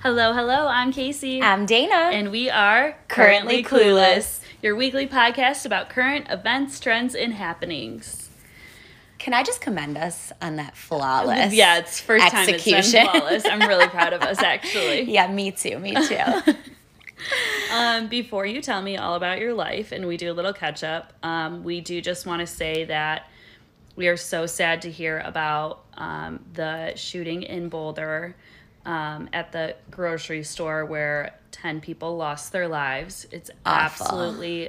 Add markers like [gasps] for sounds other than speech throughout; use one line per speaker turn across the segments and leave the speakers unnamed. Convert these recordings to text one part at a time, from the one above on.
Hello, hello, I'm Casey.
I'm Dana.
and we are
Currently Clueless.
your weekly podcast about current events, trends, and happenings.
Can I just commend us on that flawless?
Yeah, it's first time it's been
Execution.
flawless. I'm really proud of
[laughs]
us, actually.
Yeah, me too. Me
[laughs]
too.
Um, before you tell me all about your life and we do a little catch up, um, we do just want to say that we are so sad to hear about um, the shooting in Boulder um, at the grocery store where 10 people lost their lives. It's
Awful.
absolutely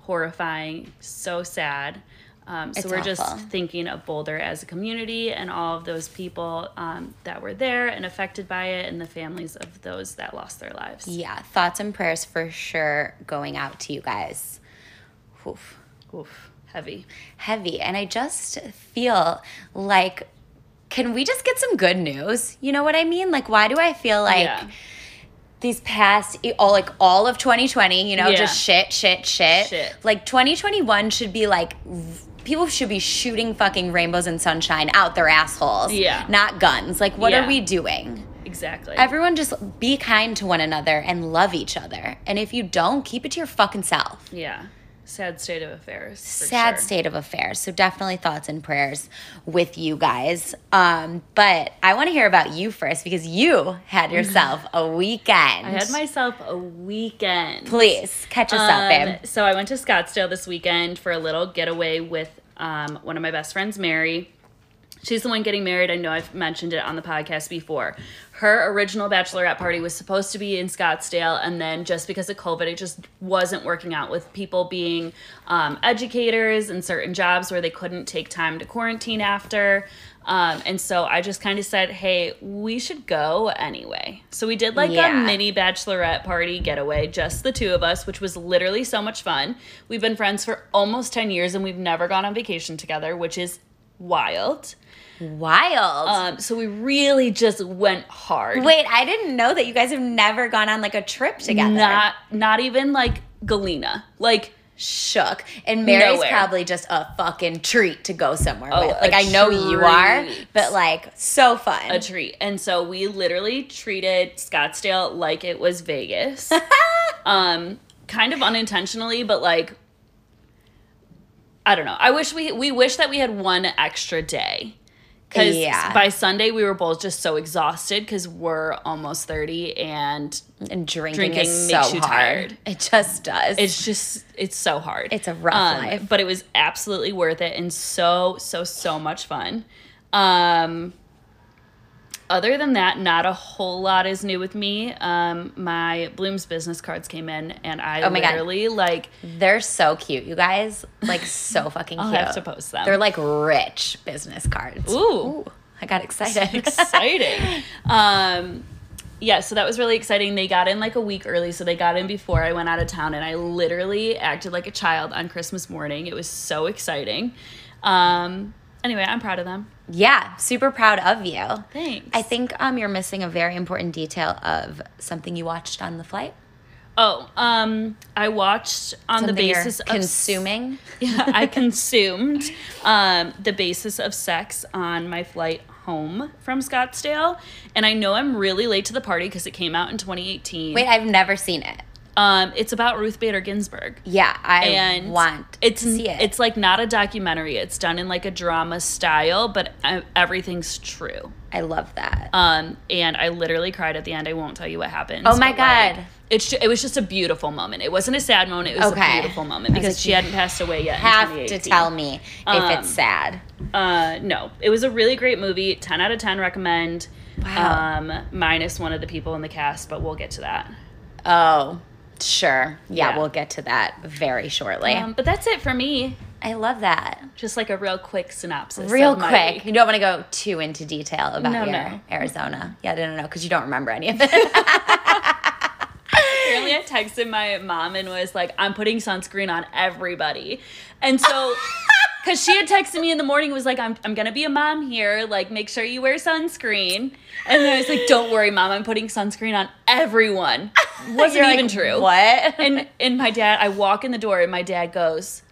horrifying, so sad. Um, so
It's
we're just
awful.
thinking of Boulder as a community and all of those people um, that were there and affected by it and the families of those that lost their lives.
yeah, thoughts and prayers for sure going out to you guys. Oof.
Oof, heavy.
Heavy. And I just feel like, can we just get some good news? You know what I mean? Like, why do I feel like
yeah.
these past e, all like all of 2020 you know
Yeah.
just shit shit shit
Shit.
like 2021 should be like r- people should be shooting fucking rainbows and sunshine out their assholes
Yeah.
not guns like what
Yeah.
are we doing
Exactly.
everyone just be kind to one another and love each other and if you don't keep it to your fucking self
yeah. Sad state of affairs. for
sad
sure.
state of affairs so definitely thoughts and prayers with you guys um but i want to hear about you first because you
[laughs]
had yourself a weekend
I had myself a weekend.
Please catch us up,
Um,
babe.
so I went to Scottsdale this weekend for a little getaway with um, one of my best friends, Mary. She's the one getting married. I know I've mentioned it on the podcast before. Her original bachelorette party was supposed to be in Scottsdale, and then just because of COVID, it just wasn't working out with people being um, educators and certain jobs where they couldn't take time to quarantine after. Um, and so I just kind of said, hey, we should go anyway. So we did like a
Yeah.
mini mini bachelorette party getaway, just the two of us, which was literally so much fun. We've been friends for almost 10 years and we've never gone on vacation together, which is wild.
Wild.
Um, so we really just went hard.
Wait, I didn't know that you guys have never gone on like a trip together.
Not not even like Galena. Like
shook. And Mary's
Nowhere. Oh,
probably just a fucking treat to go somewhere with.
a
Like I know you are,
treat.
but like so fun.
a treat. And so we literally treated Scottsdale like it was Vegas. um, kind of unintentionally, but like I don't know. I wish we we wish that we had one extra day. Cuz
Yeah.
by Sunday we were both just so exhausted cuz we're almost 30 and
and drinking,
Drinking
is so
makes you
hard.
tired.
It just does.
it's just it's so hard. Um,
It's a rough life.
but it was absolutely worth it and so so so much fun. Um other than that, not a whole lot is new with me. Um, my Bloom's business cards came in, and I
Oh my God.
literally like
They're so cute, you guys.
[laughs]
Like so fucking
I'll
cute.
have to post them.
They're like rich business cards.
Ooh.
I got excited.
exciting. [laughs] um, yeah, so that was really exciting. They got in like a week early, so they got in before I went out of town, and I literally acted like a child on Christmas morning. It was so exciting. Um, anyway, I'm proud of them.
[laughs] yeah, super proud of you.
Thanks.
I think um, you're missing a very important detail of something you watched on the flight.
oh, um, I watched on
Something
the
you're
basis of
consuming.
[laughs] yeah,
[laughs]
I consumed um, the basis of sex on my flight home from Scottsdale, and I know I'm really late to the party because it came out in 2018.
Wait, I've never seen it.
Um, it's about Ruth Bader Ginsburg.
Yeah, I
and
want
it's
to see it.
it's like not a documentary it's done in like a drama style but uh, everything's true
I love that.
um and i literally cried at the end i won't tell you what happened
Oh my
but, like,
God.
it's ju- it was just a beautiful moment it wasn't a sad moment it was
Okay.
a beautiful moment
I was
because
like,
she
you
hadn't passed away yet in
Have to
2018.
tell me if
Um,
it's sad.
uh no it was a really great movie 10 out of 10 recommend
Wow.
um minus one of the people in the cast but we'll get to that
Oh, sure. Yeah,
yeah.
we'll get to that very shortly.
um, but that's it for me
I love that.
just like a real quick synopsis of
Real
my
quick,
week.
you don't want to go too into detail about
No,
your
no.
Arizona. Yeah, no, no, no, because you don't remember any of [laughs] it.
Apparently, I texted my mom and was like, I'm putting sunscreen on everybody. And [laughs] so, because she had texted me in the morning, was like, I'm, I'm going to be a mom here. Like, make sure you wear sunscreen. And then I was like, don't worry, mom, I'm putting sunscreen on everyone. Wasn't
You're
[laughs]
like,
even true.
What?
And, and my dad, I walk in the door and my dad goes,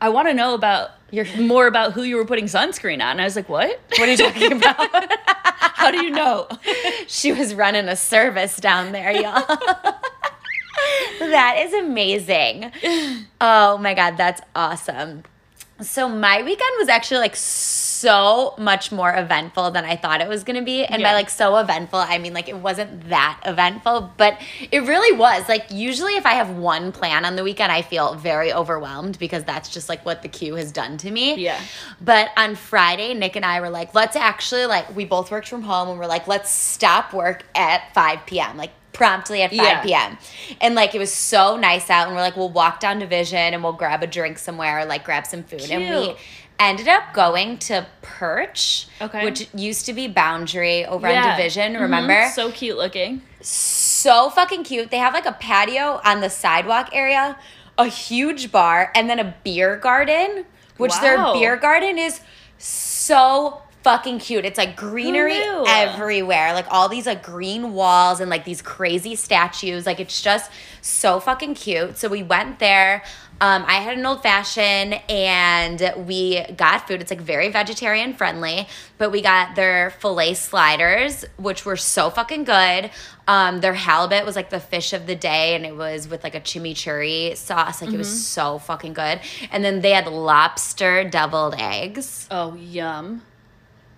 I want to know about your more about who you were putting sunscreen on. And I was like, what?
What are you
[laughs]
talking about?
How do you know?
she was running a service down there, y'all. [laughs] that is amazing. Oh my God, that's awesome. So my weekend was actually like so much more eventful than I thought it was going to be. And by
Yeah.
like so eventful, I mean like it wasn't that eventful, but it really was. Like usually if I have one plan on the weekend, I feel very overwhelmed because that's just like what the queue has done to me.
Yeah.
But on Friday, Nick and I were like, let's actually like we both worked from home and we're like, let's stop work at 5 p.m. Like promptly at 5
Yeah.
p.m. And like it was so nice out and we're like, we'll walk down division and we'll grab a drink somewhere, like grab some food. And we
Cute.
ended up going to Perch,
Okay.
which used to be Boundary over
Yeah.
on Division,
Mhm.
remember?
So cute looking.
so fucking cute. They have like a patio on the sidewalk area, a huge bar, and then a beer garden, which
Wow.
their beer garden is so fucking cute. It's like greenery
knew?
everywhere, like all these like green walls and like these crazy statues. Like it's just so fucking cute. So we went there. Um, I had an old fashioned and we got food. It's like very vegetarian friendly, but we got their filet sliders, which were so fucking good. Um, their halibut was like the fish of the day, and it was with like a chimichurri sauce. Like it was so fucking good. And then they had lobster deviled eggs.
Oh yum.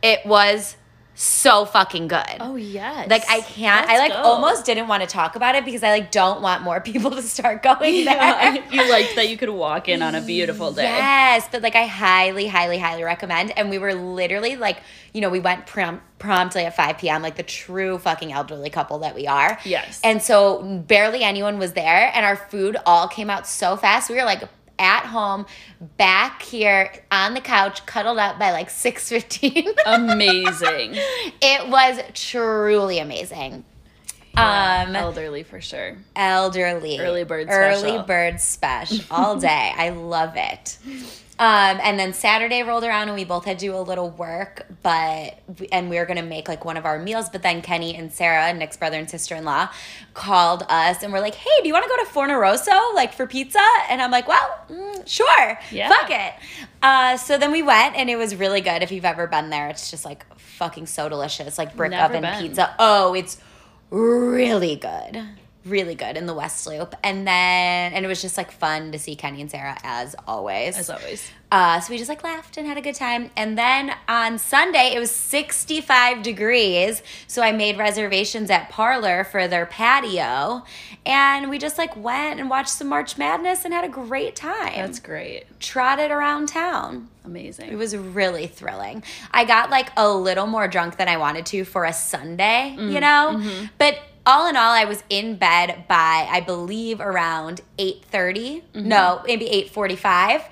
It was so fucking good.
Oh yes.
Like I can't. I
Let's
like
go. [laughs]
almost didn't want to talk about it because I like don't want more [laughs] people to start going
[laughs]
there.
Yeah, you liked that you could walk in on a beautiful day.
Yes, but like I highly, highly, highly recommend. And we were literally like, you know, we went prom- promptly at 5 p.m., like the true fucking elderly couple that we are.
Yes.
And so barely anyone was there, and our food all came out so fast. We were like, at home, back here on the couch, cuddled up by like six fifteen. [laughs]
Amazing.
it was truly amazing.
Yeah,
[laughs] Um,
elderly for sure.
elderly
Early bird
early
special.
bird special
[laughs]
all day i love it um, and then saturday rolled around and we both had to do a little work but and we were going to make like one of our meals but then kenny and sarah nick's brother and sister-in-law called us and were like hey do you want to go to fornaroso like for pizza and i'm like well mm, sure
Yeah.
fuck it uh, so then we went and it was really good if you've ever been there it's just like fucking so delicious like brick
Never
oven
been.
pizza pizza. Oh, it's really good. Really good in the West Loop. And then, and it was just like fun to see Kenny and Sarah as always.
As always.
Uh, so we just like laughed and had a good time. And then on Sunday, it was 65 degrees. So I made reservations at Parlor for their patio. And we just like went and watched some March Madness and had a great time.
That's great.
Trotted around town.
Amazing.
It was really thrilling. I got like a little more drunk than I wanted to for a Sunday,
Mm,
you know?
mm-hmm.
But all in all, I was in bed by I believe around 8:30.
Mm-hmm.
No, maybe 8:45.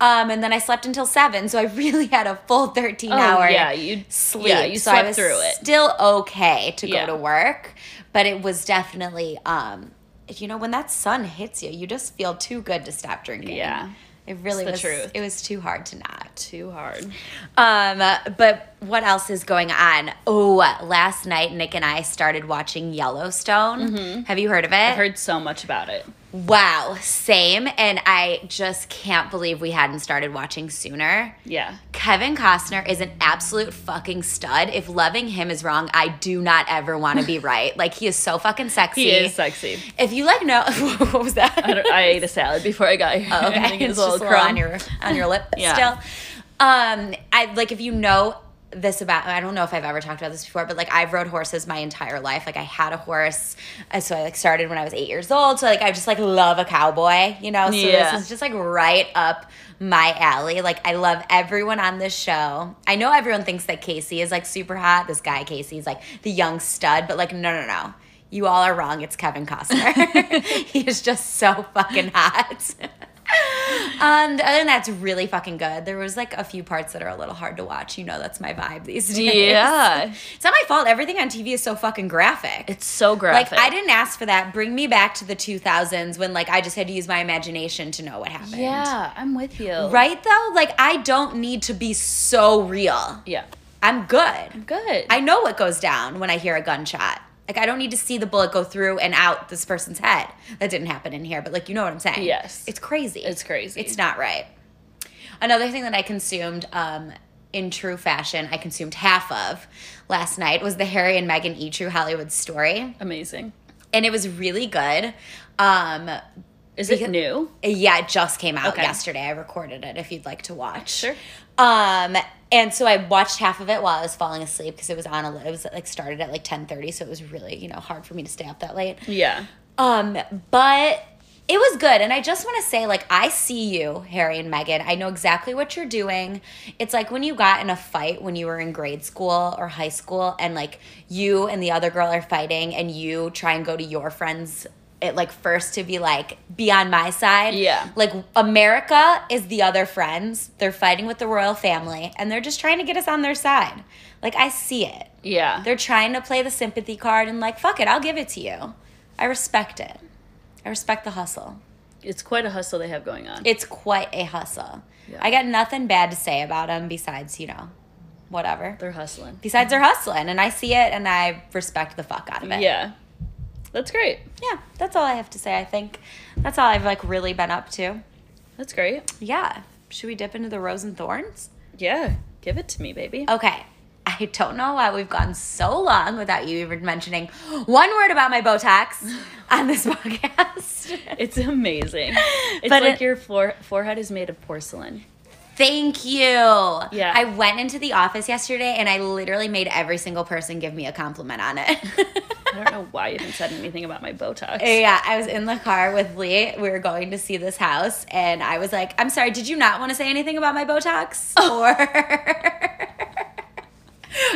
Um, and then I slept until 7, so I [laughs] really had a full 13
oh,
hour
yeah, you
sleep.
Yeah, you
so
slept
I was
through it.
Still okay to
Yeah.
go to work, but it was definitely um you know when that sun hits you, you just feel too good to stop drinking.
Yeah.
It really
the
was
truth.
it was too hard to not.
Too hard.
Um, but what else is going on? Oh, last night Nick and I started watching Yellowstone. Have you heard of it?
I Mm-hmm. heard so much about it.
wow, same. And I just can't believe we hadn't started watching sooner.
Yeah.
Kevin Costner is an absolute fucking stud. If loving him is wrong, I do not ever
[laughs]
want to be right. Like he is so fucking sexy.
He is sexy.
If you like know [laughs] what was that?
I, don't, I ate a salad before I got here.
[laughs]
[laughs]
Oh, okay.
I think it
it's
was
just a
little
little
crumb.
on your on your lip [laughs]
Yeah.
still. Um, I like if you know this about I don't know if I've ever talked about this before, but like I've rode horses my entire life. Like I had a horse, uh, so I like started when I was eight years old. So like I just like love a cowboy, you know. So
Yeah.
this is just like right up my alley. Like I love everyone on this show. I know everyone thinks that Casey is like super hot. This guy Casey is like the young stud, but like no no no. You all are wrong. It's Kevin Costner. [laughs] he is just so fucking hot. Um, the other than that's really fucking good. There was like a few parts that are a little hard to watch. You know, that's my vibe these days.
Yeah.
[laughs] it's not my fault. Everything on TV is so fucking graphic.
It's so
like
graphic.
I didn't ask for that. Bring me back to the 2000s when like I just had to use my imagination to know what happened.
Yeah, I'm with you.
Right though, like I don't need to be so real.
Yeah.
I'm good.
Good.
I know what goes down when I hear a gunshot. Like I don't need to see the bullet go through and out this person's head. That didn't happen in here, but like you know what I'm saying.
Yes.
It's crazy.
It's crazy.
It's not right. Another thing that I consumed um, in true fashion, I consumed half of last night was the Harry and Meghan E True Hollywood story.
Amazing.
And it was really good. Um,
Is
Because-
it new?
yeah, it just came out
Okay.
yesterday. I recorded it if you'd like to watch.
Sure.
Um, and so I watched half of it while I was falling asleep because it was on a it was like started at like 10:30, so it was really, you know, hard for me to stay up that late.
Yeah.
Um, but it was good. And I just want to say, like, I see you, Harry and Meghan. I know exactly what you're doing. It's like when you got in a fight when you were in grade school or high school, and like you and the other girl are fighting, and you try and go to your friends. It like first to be like be on my side.
Yeah.
Like America is the other friends. They're fighting with the royal family and they're just trying to get us on their side. Like I see it.
Yeah.
They're trying to play the sympathy card and like, fuck it, I'll give it to you. I respect it. I respect the hustle.
it's quite a hustle they have going on.
It's quite a hustle.
Yeah.
I got nothing bad to say about them besides, you know, whatever.
They're hustling.
Besides they're hustling and I see it and I respect the fuck out of it.
Yeah. That's great.
Yeah, that's all I have to say, I think. That's all I've like really been up to.
That's great.
Yeah. Should we dip into the rose and thorns?
Yeah. Give it to me, baby.
Okay. I don't know why we've gone so long without you even mentioning one word about my Botox on this [laughs] podcast.
It's
[laughs]
amazing. It's
But
like
it-
your floor, forehead is made of porcelain.
Thank you.
Yeah.
I went into the office yesterday and I literally made every single person give me a compliment on it.
I
[laughs]
don't know why you haven't said anything about my Botox.
yeah, I was in the car with Lee. We were going to see this house and I was like, "I'm sorry, did you not want to say anything about
[laughs]
my Botox?"
Oh.
Or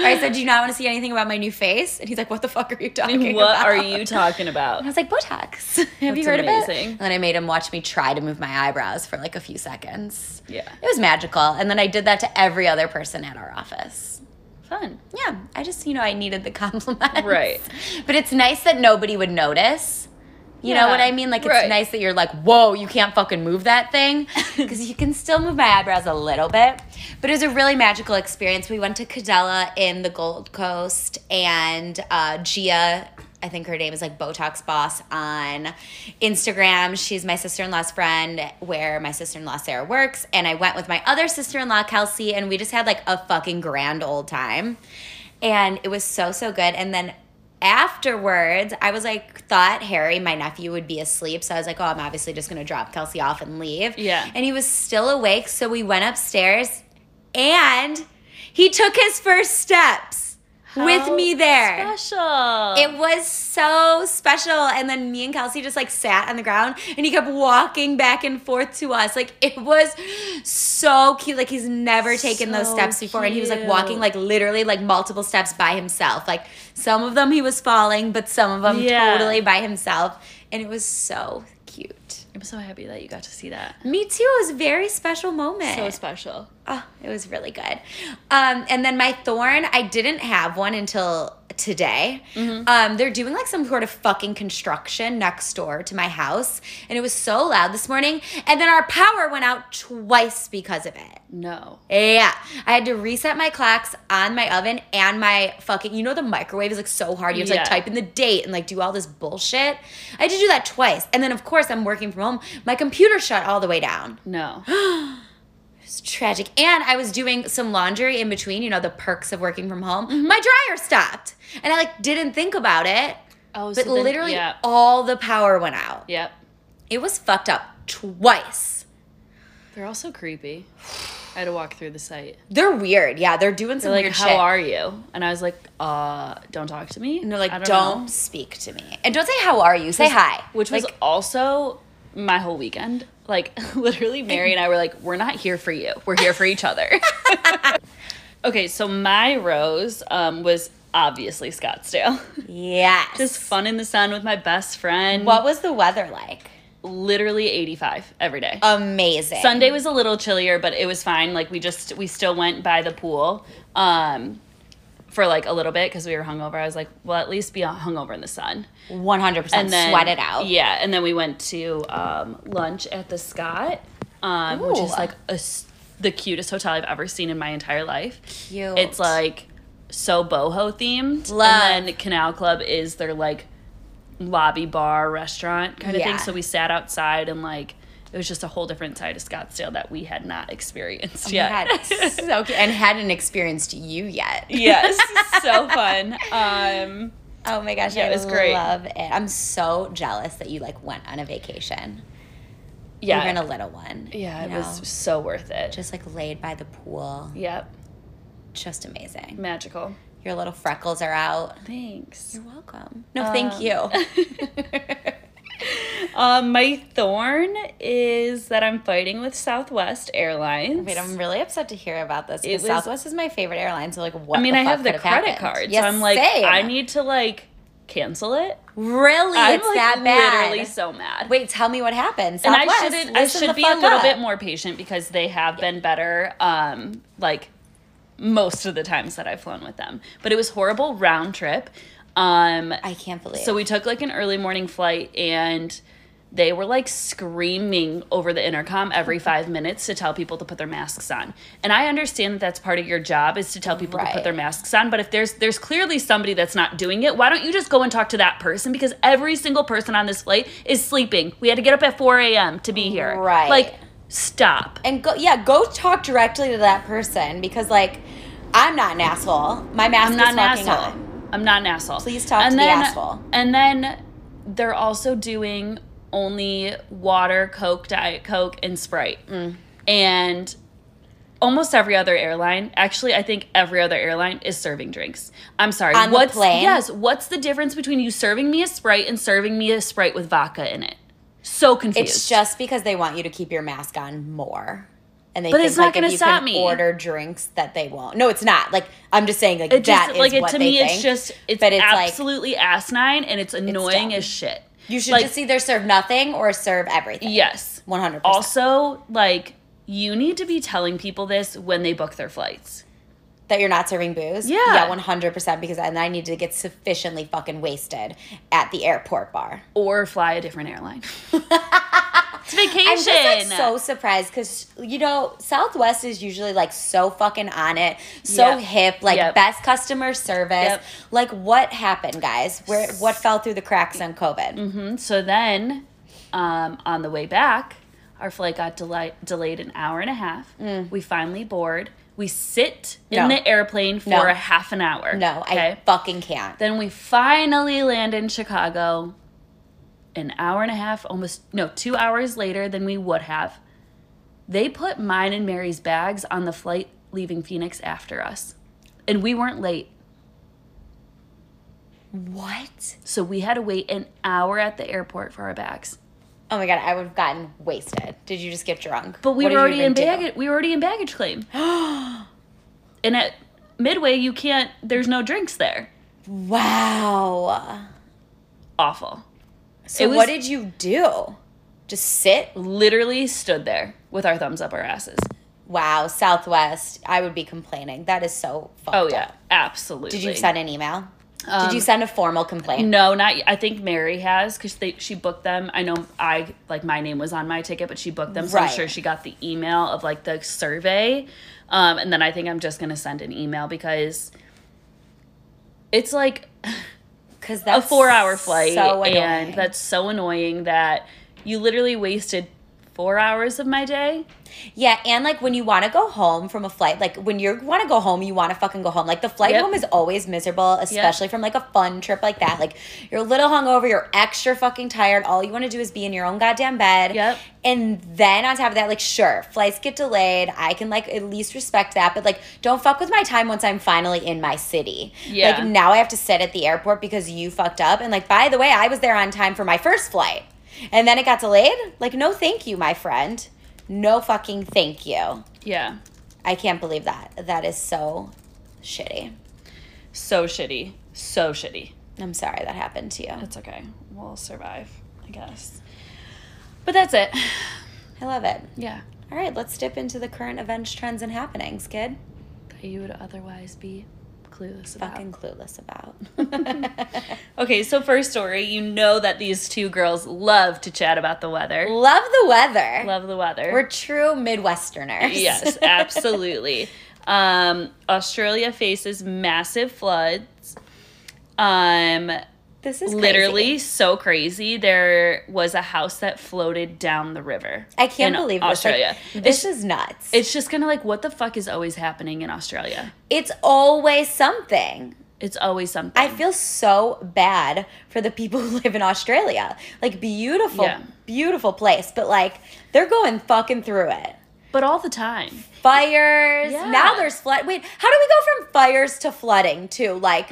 Or I
[laughs]
said, "Do you not want to see anything about my new face?" And he's like, "What the fuck are you talking about?"
What are you talking about?
And [laughs] I was like, Botox. [laughs] Have you
That's
heard of it?
amazing.
And then I made him watch me try to move my eyebrows for like a few seconds.
Yeah.
It was magical. And then I did that to every other person at our office.
Fun.
Yeah. I just, you know, I needed the [laughs] compliment.
Right.
But it's nice that nobody would notice. You know
Yeah.
what I mean? Like, it's
Right.
nice that you're like, whoa, you can't fucking move that thing.
[laughs]
Because you can still move my eyebrows a little bit. But it was a really magical experience. We went to Cadella in the Gold Coast, and uh, Gia, I think her name is like Botox Boss on Instagram. She's my sister in law's friend where my sister in law Sarah works. And I went with my other sister in law, Kelsey, and we just had like a fucking grand old time. And it was so, so good. And then afterwards, I was like, thought Harry, my nephew, would be asleep. So I was like, oh, I'm obviously just going to drop Kelsey off and leave.
Yeah.
And he was still awake. So we went upstairs and he took his first steps with
How
me there.
Special.
It was so special. And then me and Kelsey just like sat on the ground and he kept walking back and forth to us. Like it was so cute. Like he's never taken those
So
steps before. And he was like walking
cute.
like literally like multiple steps by himself. Like some of them he was falling, but some of them
Yeah.
totally by himself. And it was so cute.
I'm so happy that you got to see that.
Me too. It was a very special moment.
So special.
Oh, it was really good. Um, and then my thorn, I didn't have one until today. Um, they're doing like some sort of fucking construction next door to my house, and it was so loud this morning. And then our power went out twice because of it.
No.
Yeah, I had to reset my clocks on my oven and my fucking. You know the microwave is like so hard. You have to like
Yeah.
type in the date and like do all this bullshit. I had to do that twice, and then of course I'm working from home. My computer shut all the way down. [gasps]
No. Oh,
It's tragic. And I was doing some laundry in between, you know, the perks of working from home.
Mm-hmm.
My dryer stopped. And I like didn't think about it.
Oh,
But
so then-
literally
Yeah.
all the power went out.
Yep.
It was fucked up twice.
They're all so creepy. I had to walk through the site.
They're weird. Yeah, they're doing some
They're like,
weird
how
shit.
are you? And I was like, uh, don't talk to me.
and they're like,
I
don't,
know.
speak to me. And don't say how are you. Say hi.
Which was
Like,
also my whole weekend. Like, [laughs] literally, Mary and I were like, we're not here for you. We're here for each
[laughs]
other. okay, so my rose um, was obviously Scottsdale. [laughs]
yes.
Just fun in the sun with my best friend.
what was the weather like?
literally 85 every day.
Amazing.
Sunday was a little chillier, but it was fine. Like we just we still went by the pool um, for like a little bit because we were hungover. I was like, well, at least be hungover in the sun.
100%
And then
sweat it out.
Yeah, and then we went to um, lunch at the Scott, um, which is
Ooh.
like a s the cutest hotel I've ever seen in my entire life.
Cute.
It's like so boho themed.
Love.
And then Canal Club is their like lobby bar restaurant kind of
Yeah.
thing. So we sat outside and like it was just a whole different side of Scottsdale that we had not experienced
Oh my
yet. [laughs]
God, it's so cute. And hadn't experienced you yet.
yes, so fun. Um,
Oh my gosh,
Yeah,
I
it was great.
love it. I'm so jealous that you like went on a vacation.
yeah,
Even a little one.
yeah,
you
it
know?
was so worth it.
just like laid by the pool.
yep,
Just amazing.
magical.
Your little freckles are out.
Thanks.
You're welcome. No, thank
Um,
you.
Um, my thorn is that I'm fighting with Southwest Airlines.
[laughs] Wait, I'm really upset to hear about this.
It
Because
was-
Southwest is my favorite airline. So like, what?
I mean,
the
I
fuck
have the
could've
credit
happened?
card,
Yes,
so I'm like,
same.
I need to like cancel it.
Really,
I'm
it's
like
that bad.
literally so mad.
Wait, tell me what happened.
and
Southwest,
I should I
listen the
should be a
fuck
little
up.
bit more patient because they have been better. Um, like most of the times that I've flown with them, but it was horrible round trip. Um,
I can't believe.
so we took like an early morning flight and they were like screaming over the intercom
[laughs]
every five minutes to tell people to put their masks on. And I understand that that's part of your job is to tell people to
Right.
put their masks on. But if there's there's clearly somebody that's not doing it, why don't you just go and talk to that person? Because every single person on this flight is sleeping. We had to get up at four a.m. to be here.
Right.
Like, stop.
and go yeah go talk directly to that person because like i'm not an asshole my mask
I'm not
is
an
fucking
asshole.
on
I'm not an asshole.
Please talk to the asshole.
And then they're also doing only water, Coke, Diet Coke, and Sprite.
Mm.
And almost every other airline, actually, I think every other airline is serving drinks. I'm sorry.
On the
what's
plane?
yes? What's the difference between you serving me a Sprite and serving me a Sprite with vodka in it? So confused.
it's just because they want you to keep your mask on more and they
But
think,
it's not
like, if
gonna
you
stop
can
me.
order drinks that they won't no it's not like i'm just saying like
It just
that is
like it,
what
to
they
me,
think
it's just it's,
But it's, like-
absolutely asinine and it's annoying
dumb.
as shit.
you should
like-
just either serve nothing or serve everything
Yes.
100%
also like you need to be telling people this when they book their flights
that you're not serving booze
Yeah.
yeah 100% because and i need to get sufficiently fucking wasted at the airport bar
or fly a different airline [laughs] it's vacation
I'm just like so surprised because you know Southwest is usually like so fucking on it, so
Yep.
hip, like
Yep.
best customer service.
Yep.
Like what happened, guys? Where what fell through the cracks on COVID?
Mhm. So then um, on the way back our flight got deli- delayed an hour and a half we finally board we sit in
Mm. No.
the airplane for
No.
a half an hour
No, I fucking can't.
Then we finally land in Chicago an hour and a half, almost, no, two hours later than we would have. They put mine and Mary's bags on the flight leaving Phoenix after us. And we weren't late.
What?
So we had to wait an hour at the airport for our bags.
Oh my god, I would have gotten wasted. Did you just get drunk?
But we
What did
were
you
already
even
in
do? [gasps]
baggage we were already in baggage claim. and at Midway you can't there's no drinks there.
Wow.
Awful.
So
It was-
what did you do? Just sit?
Literally stood there with our thumbs up our asses.
Wow, Southwest. I would be complaining. That is so fucked
Oh
up.
yeah, um, absolutely.
Did you send an email? Did you send a formal complaint?
No, not. y- I think Mary has because they she booked them. I know I like my name was on my ticket, but she booked them, so I'm
Right.
sure she got the email of like the survey. Um, and then I think I'm just gonna send an email because it's like
because
a
that's
four hour flight,
so annoying.
and that's so annoying that you literally wasted four hours of my day.
yeah and like when you want to go home from a flight like when you want to go home you want to fucking go home like the flight
Yep.
home is always miserable especially from like a fun trip like that like you're a little hungover you're extra fucking tired all you want to do is be in your own goddamn bed
Yep.
and then on top of that like sure flights get delayed i can like at least respect that but like don't fuck with my time once i'm finally in my city
Yeah.
like now i have to sit at the airport because you fucked up and like by the way i was there on time for my first flight and then it got delayed like no thank you my friend no fucking thank you
Yeah,
i can't believe that that is so shitty
so shitty, so shitty.
i'm sorry that happened to you
It's okay. We'll survive, I guess. But that's it.
i love it
Yeah.
all right let's dip into the current events trends and happenings kid
that you would otherwise be clueless about.
fucking clueless about [laughs]
[laughs] Okay, so first story, you know that these two girls love to chat about the weather.
love the weather
Love the weather.
We're true
[laughs]
Midwesterners.
yes,
[laughs]
absolutely. Um, Australia faces massive floods. Um,
This is
literally
crazy.
so crazy. There was a house that floated down the river.
I can't
in
believe this. Like,
Australia.
this is nuts.
it's just kind of like what the fuck is always happening in Australia.
it's always something.
It's always something.
I feel so bad for the people [laughs] who live in Australia. Like beautiful,
Yeah.
beautiful place, but like they're going fucking through it.
but all the time.
Fires.
Yeah.
Now there's flood. Wait, how do we go from fires to flooding to like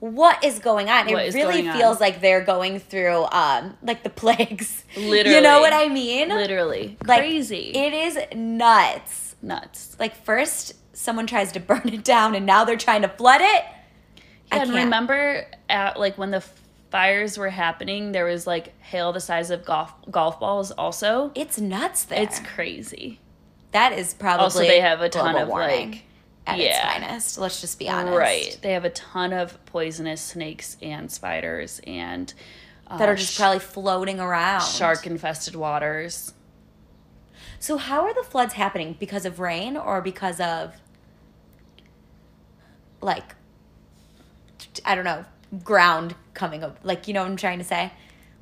what is going on?
Mm-hmm. What
it
is
really
going on?
feels like they're going through um like the [laughs] plagues. You
Literally.
know what I mean?
Literally.
Like,
crazy.
It is nuts.
Nuts.
Like first someone tries to [laughs] burn it down and now they're trying to flood it. I
Yeah, and
can't.
remember at like when the f- fires were happening, there was like hail the size of golf golf balls also.
It's nuts there.
It's crazy.
That is probably
Also, they have a ton
global
of,
warming
like-
at its
yeah.
finest. Let's just be honest,
Right. They have a ton of poisonous snakes and spiders and uh,
That are just probably floating around.
shark infested waters.
So how are the floods happening? Because of rain or because of like I don't know ground coming up? Like you know what I'm trying to say?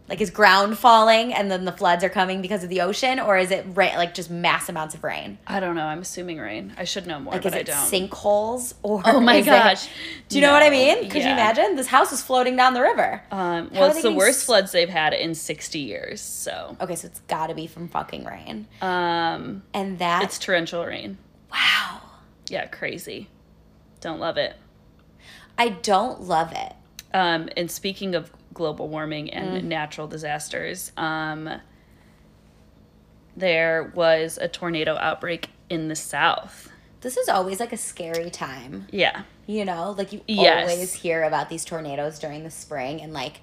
Like is ground falling and then the floods are coming because of the ocean, or is it ra- like just mass amounts of rain?
I don't know. I'm assuming rain. I should know more,
Like
but
is
I
it
don't.
sinkholes or
[laughs] Oh my
is it-
gosh.
do you know what I
No.
mean? Could you
Yeah.
imagine this house is floating down the river?
Um,
are
well,
they
it's the
getting
worst
s-
floods they've had in 60 years. So,
Okay, so it's got to be from fucking rain.
um,
And that
it's torrential rain.
wow.
Yeah, crazy. Don't love it.
I don't love it.
Um, and speaking of global warming and
Mm.
natural disasters, um, there was a tornado outbreak in the South.
This is always like a scary time,
Yeah.
you know? Like you
Yes.
always hear about these tornadoes during the spring and like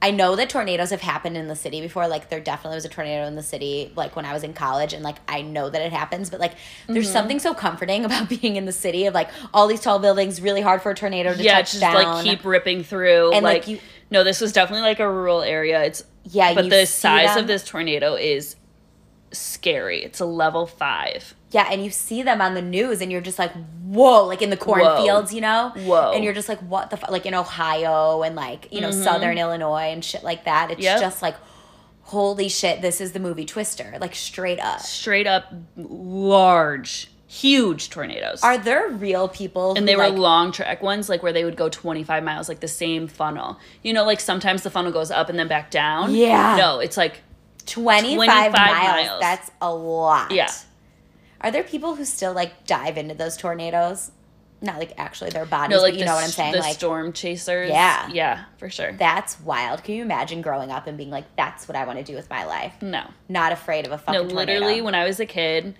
I know that tornadoes have happened in the city before. Like there definitely was a tornado in the city like when I was in college and like I know that it happens, but like
Mm-hmm.
there's something so comforting [laughs] about being in the city of like all these tall buildings really hard for a tornado to
yeah,
touch
it's just
down.
like keep ripping through.
And, like,
like,
you-
no, this was definitely like a rural area. It's
yeah,
but
you
the
see
size
them.
of this tornado is scary. It's a level five.
Yeah, and you see them on the news, and you're just like, whoa, like in the cornfields, you know?
Whoa. Mm-hmm.
And you're just like, what the fuck? Like in Ohio and like, you know, Southern Illinois and shit like that. It's
Yep.
just like, holy shit, this is the movie Twister, like straight up.
Straight up large, huge tornadoes.
Are there real people?
and they
who,
were
like,
long track ones, like where they would go 25 miles, like the same funnel. You know, like sometimes the funnel goes up and then back down.
Yeah.
No, it's like,
25,
25
miles.
miles.
That's a lot.
Yeah.
Are there people who still like dive into those tornadoes? Not like actually their bodies,
no, like,
but
the
you know what I'm
s-
saying?
The
Like,
storm chasers.
Yeah.
Yeah, for sure.
that's wild. Can you imagine growing up and being like, that's what I want to do with my life?
no.
Not afraid of a fucking
No, literally,
tornado.
when I was a kid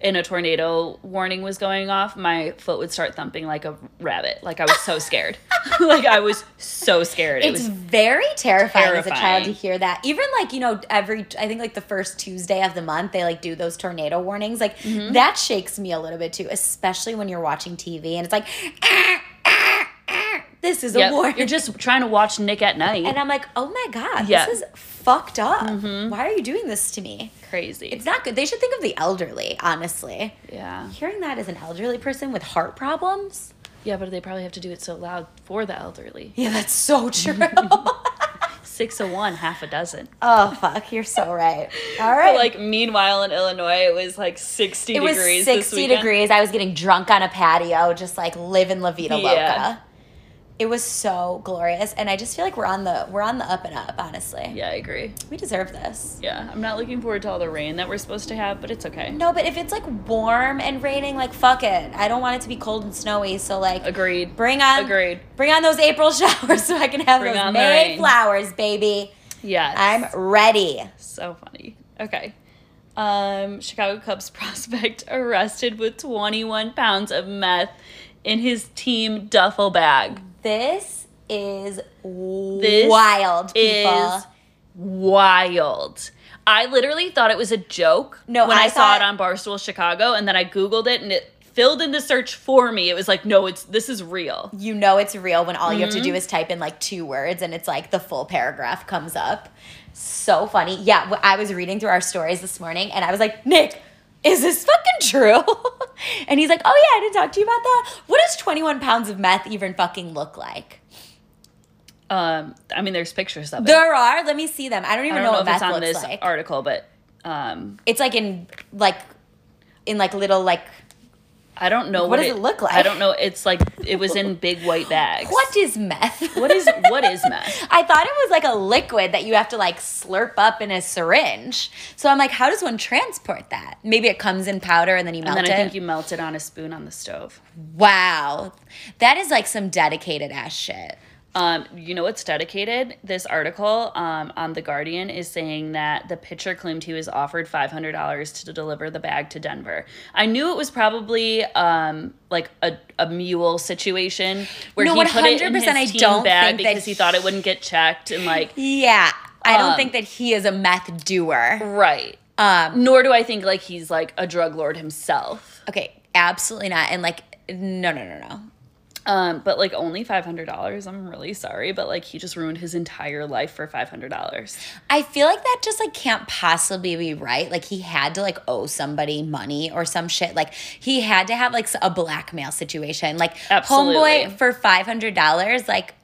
and a tornado warning was going off, my foot would start thumping like a rabbit. Like I was so
[laughs]
scared. [laughs] like I was so scared. It
It's
was
very terrifying, as a child
terrifying.
to hear that. Even like, you know, every I think like the first Tuesday of the month they like do those tornado warnings. Like
Mm-hmm.
that shakes me a little bit too, especially when you're watching TV and it's like "Ah, ah, ah, this is
yep.
a warning.
You're just trying to watch Nick at night.
and I'm like, "Oh my god,
Yeah. Mm-hmm.
this is fucked up. Why are you doing this to me?"
Crazy.
It's not good. They should think of the elderly, honestly.
yeah.
Hearing that as an elderly person with heart problems?
Yeah, but they probably have to do it so loud for the elderly.
Yeah, that's so true.
[laughs] Six of one, half a dozen.
oh fuck, you're so right. All right.
But like meanwhile in Illinois, it was like 60
It was
degrees. this
60
weekend.
degrees. I was getting drunk on a patio, just like living La Vida
Yeah.
Loca. It was so glorious, and I just feel like we're on the we're on the up and up. Honestly,
Yeah, I agree.
we deserve this.
Yeah, I'm not looking forward to all the rain that we're supposed to have, but it's okay.
No, but if it's like warm and raining, like fuck it. I don't want it to be cold and snowy. So like,
Agreed.
bring on
Agreed.
bring on those April [laughs] showers so I can have
Bring
those
on the
May
rain.
flowers, baby.
Yes.
I'm ready.
So funny. Okay. Um, Chicago Cubs [laughs] prospect arrested with 21 pounds of meth in his team duffel bag.
This is
This
wild, people.
is wild. I literally thought it was a joke
No,
when
I
I, saw
thought-
it on Barstool Chicago, and then I Googled it and it filled in the search for me. It was like, no, it's this is real.
you know it's real when all you have to
Mm-hmm.
do is type in like two words and it's like the full paragraph comes up. So funny. Yeah, wh- I was reading through our stories this morning and I was like, Nick, is this fucking true? [laughs] and he's like, Oh yeah, I didn't talk to you about that. What does 21 pounds of meth even fucking look like?
Um, I mean, there's pictures of it.
There are. Let me see them. I don't
I
even
don't
know,
know,
what
if it's
meth
on
looks
this
like.
article, but um,
It's like in like in like little like
I don't know
What
what,
does it look like?
I don't know. It's like it was in big
[laughs]
white bags.
what is meth?
What
[laughs]
is what is meth?
I thought it was like a liquid that you have to like slurp up in a syringe. So I'm like, how does one transport that? Maybe it comes in powder and then you
And
melt
then I
it.
think you melt it on a spoon on the stove.
wow, that is like some dedicated ass shit.
Um, you know what's dedicated? This article um, on The Guardian is saying that the pitcher claimed he was offered $500 to deliver the bag to Denver. I knew it was probably um, like a, a mule situation where
No,
he put it in his
100% I
team
don't
bag
think that
because he thought it wouldn't get checked and like
Yeah, I don't
Um,
think that he is a meth doer.
right.
Um,
Nor do I think like he's like a drug lord himself.
okay, absolutely not. And like, no, no, no, no.
Um, but like only $500. I'm really sorry, but like he just ruined his entire life for $500.
I feel like that just like can't possibly be right. Like he had to like owe somebody money or some shit. Like he had to have like a blackmail situation. Like
Absolutely.
homeboy for five hundred dollars. Like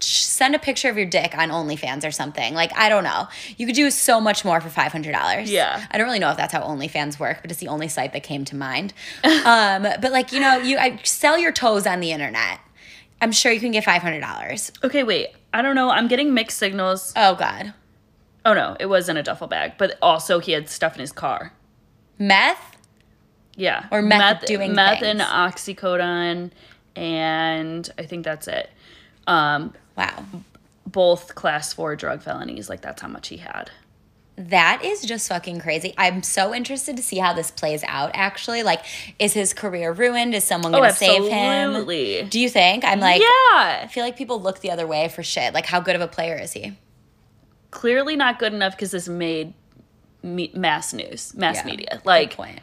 sh- send a picture of your dick on OnlyFans or something. Like I don't know. You could do so much more for five hundred dollars.
Yeah.
I don't really know if that's how OnlyFans work, but it's the only site that came to mind. [laughs] um, but like you know, you I, sell your toes on the internet. I'm sure you can get five hundred dollars.
Okay, wait. I don't know. I'm getting mixed signals.
Oh God,
Oh no, it was in a duffel bag, but also he had stuff in his car.
meth.
Yeah.
Or meth doing
meth and
things.
oxycodone and I think that's it. Um
Wow.
both class 4 drug felonies, like that's how much he had.
That is just fucking crazy. I'm so interested to see how this plays out actually. Like, is his career ruined? Is someone gonna save him?
Oh, absolutely.
Do you think? I'm like,
yeah.
I feel like people look the other way for shit. Like, how good of a player is he?
Clearly not good enough cuz this made me- mass news, mass
Yeah,
media.
good
Like
point.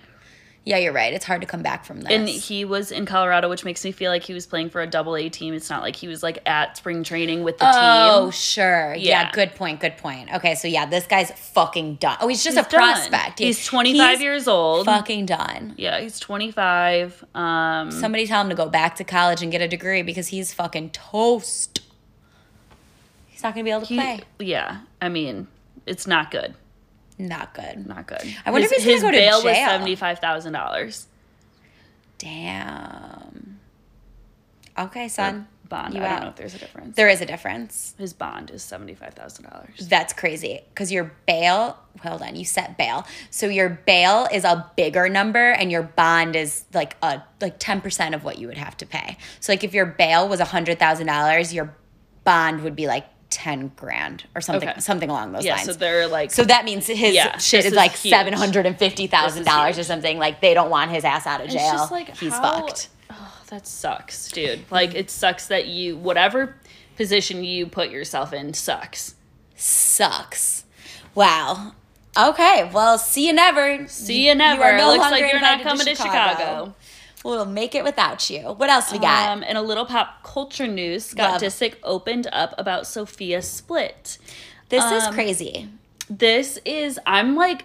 Yeah, you're right. It's hard to come back from this.
and he was in Colorado, which makes me feel like he was playing for a double A team. It's not like he was like at spring training with the
oh,
team.
sure. Yeah.
Yeah.
good point. Good point. Okay, so yeah, this guy's fucking done. Oh, he's just a
He's done.
prospect. He-
He's 25
he's
years old.
Fucking done.
Yeah, he's 25. Um,
Somebody tell him to go back to college and get a degree because he's fucking toast. He's not gonna be able to
he-
play.
yeah, I mean, it's not good.
Not good.
Not good.
I wonder if he's gonna
his
go to
bail was
jail.
seventy-five thousand dollars.
Damn. Okay, son.
Bond.
Um, You
I don't
out.
know if there's a difference.
There is a difference.
his bond is seventy-five thousand dollars.
That's crazy. Because your bail, hold on, you set bail. So your bail is a bigger number and your bond is like a like 10% of what you would have to pay. So like if your bail was $100,000, your bond would be like 10 grand or something
Okay.
something along those
Yeah,
lines.
so they're like.
So that means his
Yeah,
shit
this
is
is
like
huge.
seven hundred and fifty thousand dollars
This
or something. Like they don't want his ass out of
it's
jail.
just like
He's
how-
fucked.
Oh, that sucks, dude. Like it sucks that you whatever position you put yourself in sucks.
Sucks. Wow. Okay. Well, see you never.
See you never.
are no
Looks
longer
like you're not
invited to
coming to
Chicago.
Chicago.
We'll make it without you. What else we got?
Um, and a little pop culture news. Scott
Love.
Disick opened up about Sophia Split.
this
um,
is crazy.
This is I'm like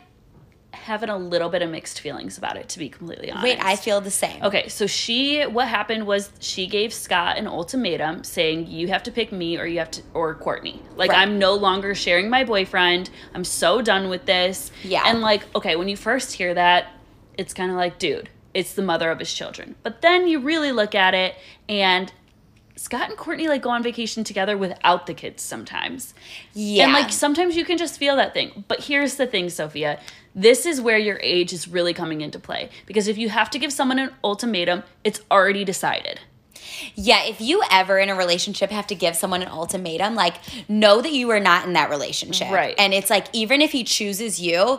having a little bit of mixed feelings about it to be completely honest.
Wait, I feel the same.
Okay, so she what happened was she gave Scott an ultimatum saying you have to pick me or you have to or Courtney. Like
Right.
I'm no longer sharing my boyfriend. I'm so done with this.
Yeah.
And like okay, when you first hear that, it's kind of like dude, it's the mother of his children. But then you really look at it and Scott and Courtney like go on vacation together without the kids sometimes.
Yeah.
And like sometimes you can just feel that thing. But here's the thing, Sophia. This is where your age is really coming into play. Because if you have to give someone an ultimatum, it's already decided.
Yeah, if you ever in a relationship have to give someone an ultimatum, like know that you are not in that relationship.
Right.
And it's like even if he chooses you,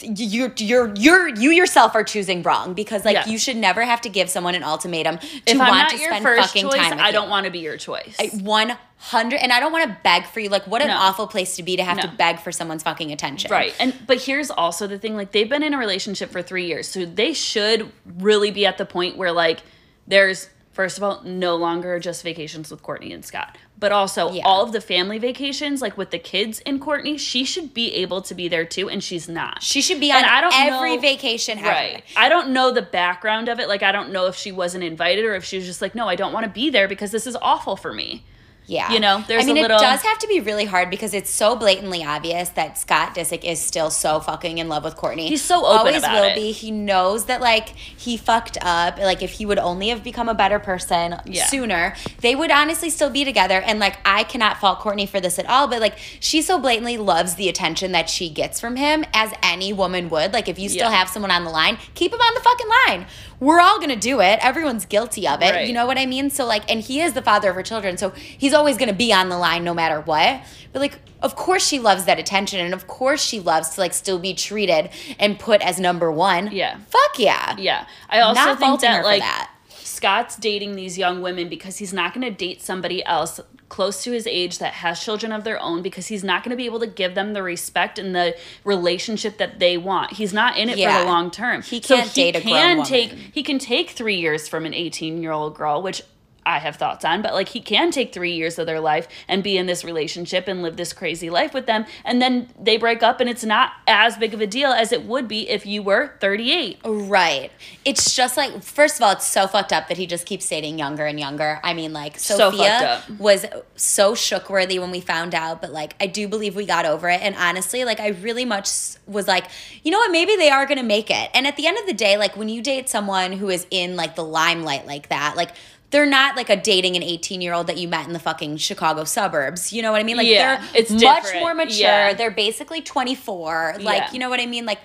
you're you're you're you yourself are choosing wrong because like
Yes.
you should never have to give someone an ultimatum to
If
want
I'm not
to
your
spend
first
fucking
choice,
time. With
I don't want to be your choice.
one hundred. And I don't want to beg for you. Like what an
No.
awful place to be to have to
No.
beg for someone's fucking attention.
right. And but here's also the thing, like they've been in a relationship for three years. So they should really be at the point where like there's First of all, no longer just vacations with Courtney and Scott, but also
Yeah.
all of the family vacations, like with the kids and Courtney, she should be able to be there too, and she's not.
She should be on
And I don't
every
know-
vacation ever.
Right. I don't know the background of it. Like, I don't know if she wasn't invited or if she was just like, no, I don't want to be there because this is awful for me.
Yeah.
You know, there's
I mean,
a little.
it does have to be really hard because it's so blatantly obvious that Scott Disick is still so fucking in love with Courtney.
He's so open
Always
about
will
it.
be. He knows that like he fucked up. Like if he would only have become a better person
Yeah.
sooner, they would honestly still be together. And like I cannot fault Courtney for this at all. But like she so blatantly loves the attention that she gets from him, as any woman would. Like if you still
Yeah.
have someone on the line, keep him on the fucking line. We're all gonna do it. Everyone's guilty of it.
Right.
You know what I mean? So like, and he is the father of her children, so he's always gonna be on the line no matter what. But like, of course she loves that attention, and of course she loves to like still be treated and put as number one.
Yeah.
Fuck yeah.
yeah. I also
Not
think
faulting her
that
for
like
that.
Scott's dating these young women because he's not going to date somebody else close to his age that has children of their own because he's not going to be able to give them the respect and the relationship that they want. He's not in it for
Yeah.
the long term.
He
So
can't date a grown woman.
take he can take 3 years from an 18-year-old girl, which I have thoughts on, but like he can take 3 years of their life and be in this relationship and live this crazy life with them and then they break up and it's not as big of a deal as it would be if you were 38.
Right. It's just like, first of all, it's so fucked up that he just keeps dating younger and younger. I mean, like,
So fucked
Sophia
up.
was so shook worthy when we found out, but like, I do believe we got over it. And honestly, like, I really much s- was like, you know what? Maybe they are going to make it. And at the end of the day, like, when you date someone who is in like the limelight like that, like, they're not like a dating an 18 year old that you met in the fucking Chicago suburbs. You know what I mean? Like,
Yeah,
they're
it's
much
different.
more mature.
Yeah.
They're basically 24. Like,
Yeah.
you know what I mean? Like,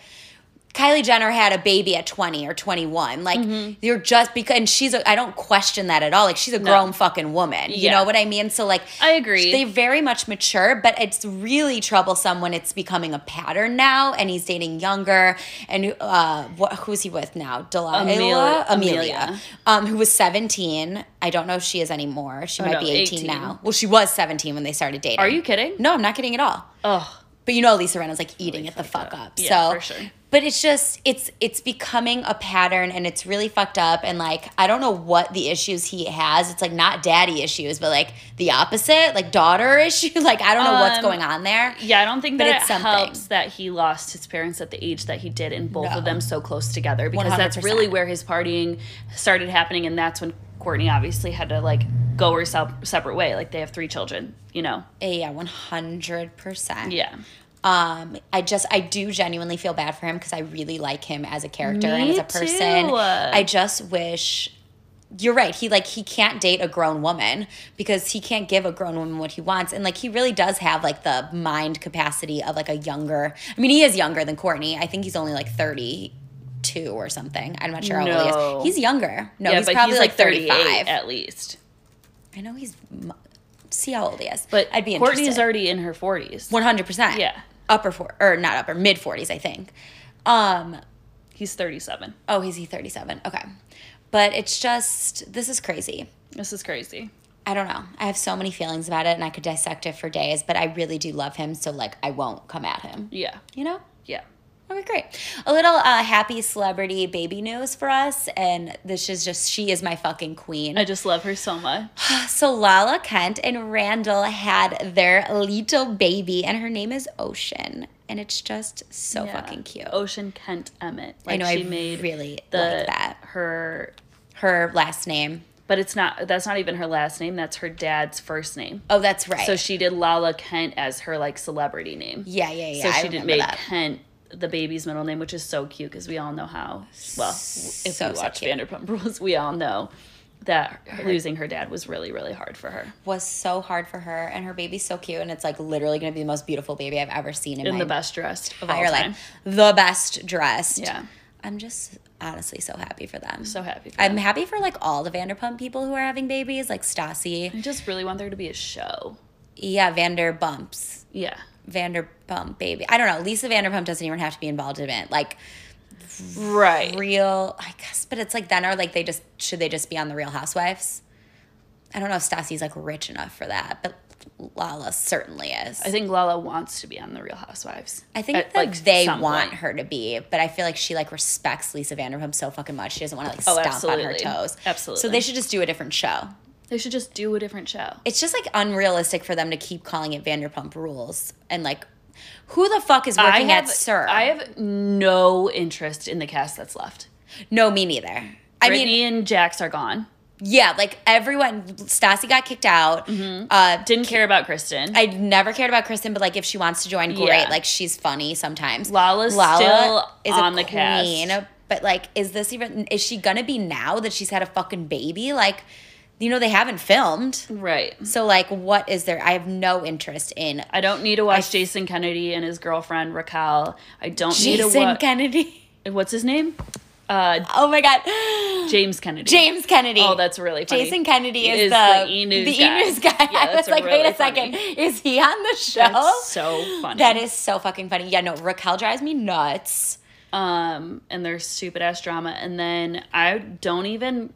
Kylie Jenner had a baby at 20 or 21. Like,
Mm-hmm.
you're just because, and she's, a, I don't question that at all. Like, she's a grown fucking woman. You
Yeah.
know what I mean? So, like,
I agree.
They very much mature, but it's really troublesome when it's becoming a pattern now and he's dating younger. And uh, what, who's he with now? Delilah?
Amelia-
Amelia.
Amelia.
Um, who was 17. I don't know if she is anymore. She might
Oh, no,
be 18,
18.
now. Well, she was 17 when they started dating.
Are you kidding?
No, I'm not kidding at all.
Oh,
But you know Lisa Rinna's like eating it the fuck up.
Yeah,
so
for sure.
But it's just it's it's becoming a pattern and it's really fucked up and like I don't know what the issues he has. It's like not daddy issues, but like the opposite, like daughter [laughs] issue. Like I don't know what's
Um,
going on there.
yeah. I don't think
But
that
it's
it
something.
helps that he lost his parents at the age that he did, and both
No.
of them so close together because that's really
100%.
where his partying started happening, and that's when Courtney obviously had to like go her sep- separate way. Like they have three children, you know.
Yeah, one hundred percent.
Yeah.
Um, I just I do genuinely feel bad for him because I really like him as a character and as
Me
a person.
too.
I just wish you're right. He like he can't date a grown woman because he can't give a grown woman what he wants, and like he really does have like the mind capacity of like a younger. I mean, he is younger than Courtney. I think he's only like thirty two or something. I'm not sure how
No.
old he is. He's younger. No,
yeah,
he's probably like,
38
thirty five.
at least.
I know he's. mu- See how old he is,
But
I'd be
Courtney's
interested.
already in her forties.
One hundred percent.
Yeah.
Upper four or not upper mid forties, I think. Um.
He's thirty-seven.
Oh, he's he thirty seven. Okay. But it's just this is crazy.
This is crazy.
I don't know. I have so many feelings about it, and I could dissect it for days. But I really do love him, so like I won't come at him.
Yeah.
You know.
Yeah.
Okay, great. A little uh, happy celebrity baby news for us, and this is just she is my fucking queen.
I just love her so much.
So Lala Kent and Randall had their little baby, and her name is Ocean, and it's just so
Yeah.
fucking cute.
Ocean Kent Emmett. Like
know,
she
I
made
really
the
like that.
her
Her last name.
But it's not. That's not even her last name. That's her dad's first name.
Oh, that's right.
So she did Lala Kent as her like celebrity name.
yeah, yeah, yeah.
so
I
she didn't
remember
make
that.
Kent the baby's middle name, which is so cute because we all know how. Well, if
So,
we
so
watch
cute.
Vanderpump Rules, we all know that losing her dad was really really hard for her.
was so hard for her, and her baby's so cute, and it's like literally gonna be the most beautiful baby I've ever seen in,
In
my
the best dressed of all
entire
time.
life. The best dressed.
Yeah.
I'm just honestly so happy for them.
So happy. For i
I'm happy for like all the Vanderpump people who are having babies, like Stassi.
I just really want there to be a show.
Yeah, Vanderbumps.
Yeah.
Vanderpump baby. I don't know. Lisa Vanderpump doesn't even have to be involved in it. Like
Right.
real, I guess, but it's like then are like they just should they just be on the Real Housewives? I don't know if Stassi's like rich enough for that, but Lala certainly is.
I think Lala wants to be on the Real Housewives.
I think
At,
that they
some
want
point.
her to be, but I feel like she like respects Lisa Vanderpump so fucking much. She doesn't want to like
Oh,
stomp on her
absolutely.
toes. So
Absolutely.
they should just do a different show.
They should just do a different show.
It's just like unrealistic for them to keep calling it Vanderpump Rules and like, who the fuck is working at Sir?
I have no interest in the cast that's left.
no, me neither. I
Brittany
mean,
and Jax are gone.
yeah, like everyone, Stassi got kicked out.
Mm-hmm.
Uh,
Didn't care about Kristen.
I never cared about Kristen, but like if she wants to join, great.
Yeah.
Like she's funny sometimes.
Lala's still on the cast.
but like, is this even? Is she gonna be now that she's had a fucking baby? Like, you know, they haven't filmed.
right.
So like, what is there? I have no interest in
I don't need to watch Jason Kennedy and his girlfriend Raquel. I don't need to
Jason
watch.
Kennedy.
What's his name? Uh,
Oh my god,
James Kennedy.
James Kennedy.
Oh, that's really funny.
Jason Kennedy is,
Is
the,
the E-News
the
guy.
E-News guy.
Yeah,
[laughs] I was
that's
like, wait
really
a second, is he on the show?
That's so funny.
Oh, That is so fucking funny. Yeah, no, Raquel drives me nuts.
um and their stupid ass drama and then i don't even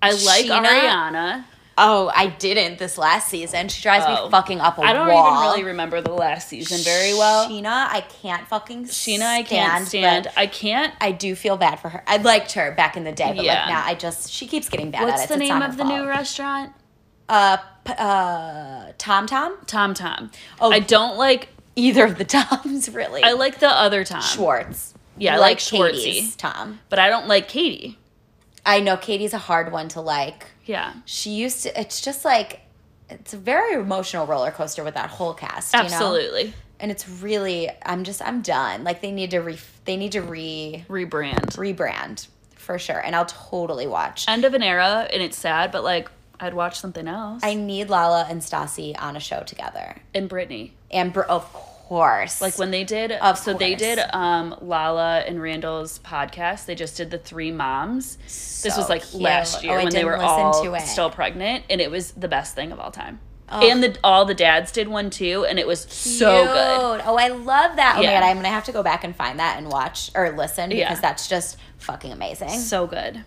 i like
Sheena?
ariana
Oh, I didn't this last season. She drives
Oh.
me fucking up a
i don't
wall.
even really remember the last season very well
Sheena, I can't fucking
sheena i can't stand
but
i can't
I do feel bad for her. I liked her back in the day, but
Yeah.
like now I just she keeps getting bad
what's
at it.
the
It's
name
not
of
her
the
fault.
new restaurant
uh p- uh Tom Tom?
tom tom
Oh.
i don't like
Either of the [laughs] Toms really.
i like the other tom
Schwartz.
Yeah, I
You
like
Katie's
Schwartzy.
Tom.
but i don't like katie
I know Katie's a hard one to like.
yeah
She used to it's just like it's a very emotional roller coaster with that whole cast, you know?
absolutely
and it's really i'm just i'm done like they need to re they need to re
rebrand
rebrand for sure and i'll totally watch
end of an era and it's sad but like i'd watch something else
i need lala and stasi on a show together
and brittany
and Br- of course
Like when they did,
Of
so they
course.
did um, Lala and Randall's podcast. They just did the three moms. this was
So
like
cute.
last
Oh,
year when
I
they
didn't
were
listen
all
to it. Oh.
still pregnant, and it was the best thing of all time. And the all the dads did one too, and it was so good.
Dude, oh i love that oh
Yeah.
my god i'm gonna have to go back and find that and watch or listen because
Yeah.
that's just fucking amazing
So good.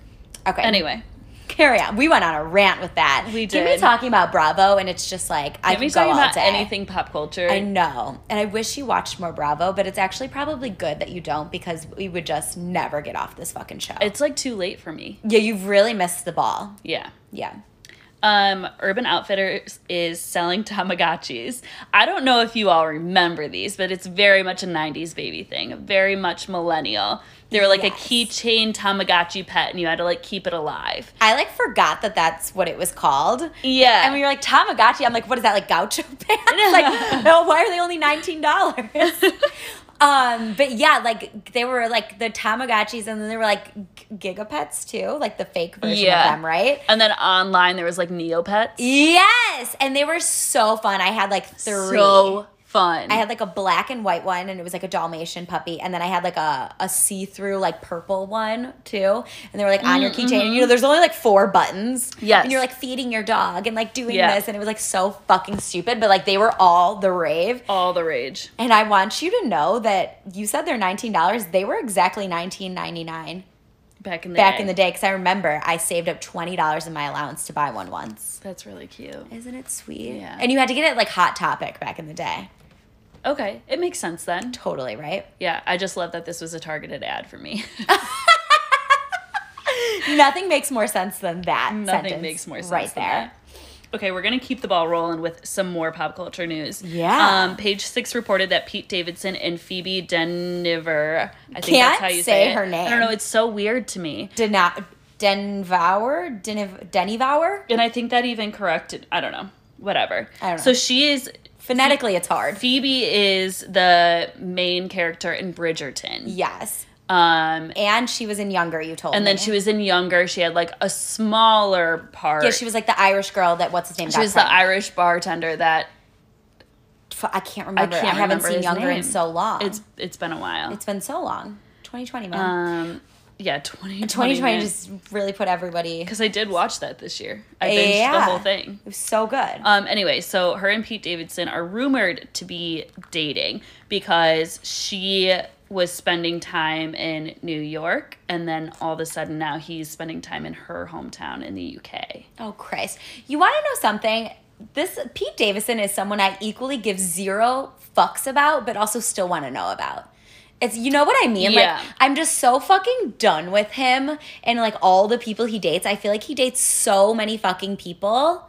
okay
Anyway,
carry on we went on a rant with that
We
Give me
did.
talking about bravo and it's just like i
can we
can go
talk
all
about
day
anything pop culture?
I know. And I wish you watched more Bravo, but it's actually probably good that you don't because we would just never get off this fucking show.
It's like too late for me.
yeah, you've really missed the ball.
Yeah.
Yeah.
Um, Urban Outfitters is selling Tamagotchis. I don't know if you all remember these, but it's very much a 90s baby thing, very much millennial. They were like
Yes.
a keychain Tamagotchi pet, and you had to like keep it alive.
I like forgot that that's what it was called.
Yeah.
And we were like, Tamagotchi. I'm like, what is that, like gaucho [laughs] pants? like, no, why are they only
[laughs]
$19? um, but yeah, like they were like the Tamagotchis and then they were like G- Gigapets too, like the fake version
Yeah.
of them, right?
and then online, there was like Neopets.
Yes. And they were so fun. I had like three.
So fun.
I had like a black and white one, and it was like a Dalmatian puppy, and then I had like a, a see through like purple one too, and they were like on your keychain. And you know, there's only like four buttons.
Yes.
and you're like feeding your dog and like doing
Yeah.
this, and it was like so fucking stupid, but like they were all the rave.
all the rage.
And I want you to know that you said they're nineteen dollars. They were exactly nineteen ninety nine
Back in the
back in the day, because I remember I saved up twenty dollars in my allowance to buy one once.
That's really cute.
Isn't it sweet?
Yeah.
And you had to get it at, like Hot Topic back in the day.
Okay, it makes sense then.
Totally right.
Yeah, I just love that this was a targeted ad for me. [laughs]
Nothing makes more sense than that.
Nothing
sentence
makes more sense
Right
than
there.
that. Okay, we're gonna keep the ball rolling with some more pop culture news.
Yeah.
Um, page six reported that Pete Davidson and Phoebe Denver. I think that's
Can't
how you
say
it.
her
I
name.
don't know. It's so weird to me.
Dena- Denvour? Deniv- Denivauer?
And I think that even corrected. I don't know. Whatever.
I don't know.
So she is.
Phonetically, it's hard.
Phoebe is the main character in Bridgerton.
Yes.
Um,
And she was in Younger, you told me.
and then she was in Younger. She had like a smaller part.
Yeah, she was like the Irish girl that, what's his name?
She was the Irish bartender that
I can't remember. I,
can't
haven't
remember
seen
his
Younger
name.
in so long.
it's it's been a while.
it's been so long. 2020, man.
um, yeah, twenty
2020 just really put everybody. It
Because I did watch that this year. I binged the
Yeah.
whole thing.
was so good.
Um, anyway, so her and Pete Davidson are rumored to be dating because she was spending time in New York and then all of a sudden now he's spending time in her hometown in the UK.
Oh Christ! You want to know something? This Pete Davison is someone I equally give zero fucks about, but also still want to know about. It's you know what I mean?
Yeah.
Like I'm just so fucking done with him and like all the people he dates. I feel like he dates so many fucking people.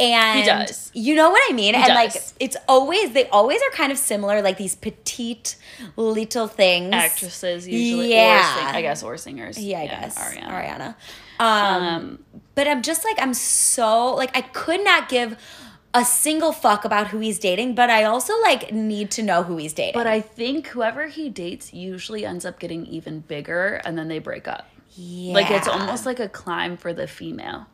And
He does.
you know what I mean? and like
does.
it's always they always are kind of similar, like these petite little things.
Actresses usually or
Yeah.
sing- I guess or singers.
Yeah, I guess.
Ariana.
Ariana. Um, but I'm just like I'm so like I could not give a single fuck about who he's dating, but I also like need to know who he's dating.
But I think whoever he dates usually ends up getting even bigger and then they break up.
yeah.
Like it's almost like a climb for the female.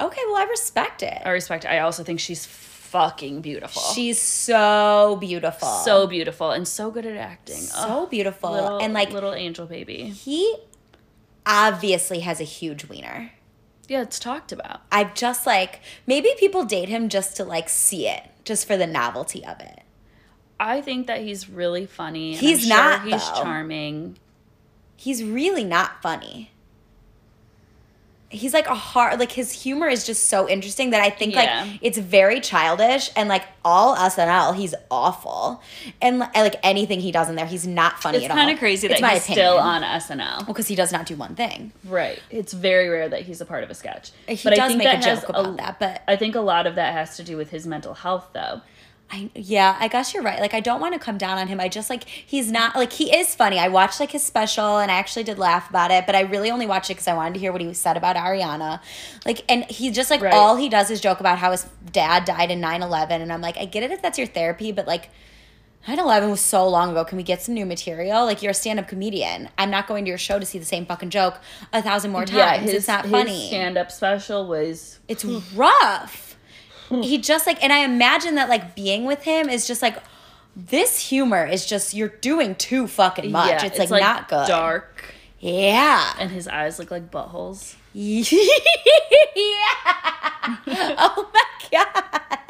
okay. Well, I respect it.
I respect I also think she's fucking beautiful.
She's so beautiful.
so beautiful and so good at acting. Ugh,
so beautiful,
little,
and like
little angel baby.
he obviously has a huge wiener.
Yeah, it's talked about.
I've just like maybe people date him just to like see it, just for the novelty of it.
I think that he's really funny. and I'm
He's
sure
not,
He's
though.
charming.
He's really not funny. He's like a hard like his humor is just so interesting that I think
Yeah.
like it's very childish and like all SNL he's awful and li- like anything he does in there he's not funny
It's
at all.
kind of crazy that
It's my
he's
opinion.
still on SNL.
because he does not do one thing.
Right. It's very rare that he's a part of a sketch.
He
but
does
I think
make
that
a
has
joke about
a-
that, but
I think a lot of that has to do with his mental health, though.
I yeah, I guess you're right. Like I don't want to come down on him. I just like he's not like he is funny. I watched like his special and I actually did laugh about it, but I really only watched it cuz I wanted to hear what he said about Ariana. Like and he just like
Right.
all he does is joke about how his dad died in 9/11 and I'm like, I get it if that's your therapy, but like 9/11 was so long ago. Can we get some new material? Like you're a stand-up comedian. I'm not going to your show to see the same fucking joke a thousand more times. it's not funny
stand up special was
it's rough. He just like, and I imagine that like being with him is just like, this humor is just you're doing too fucking much.
yeah,
it's, like, not good.
dark, [laughs]
Yeah.
and his eyes look like buttholes.
yeah. oh my god.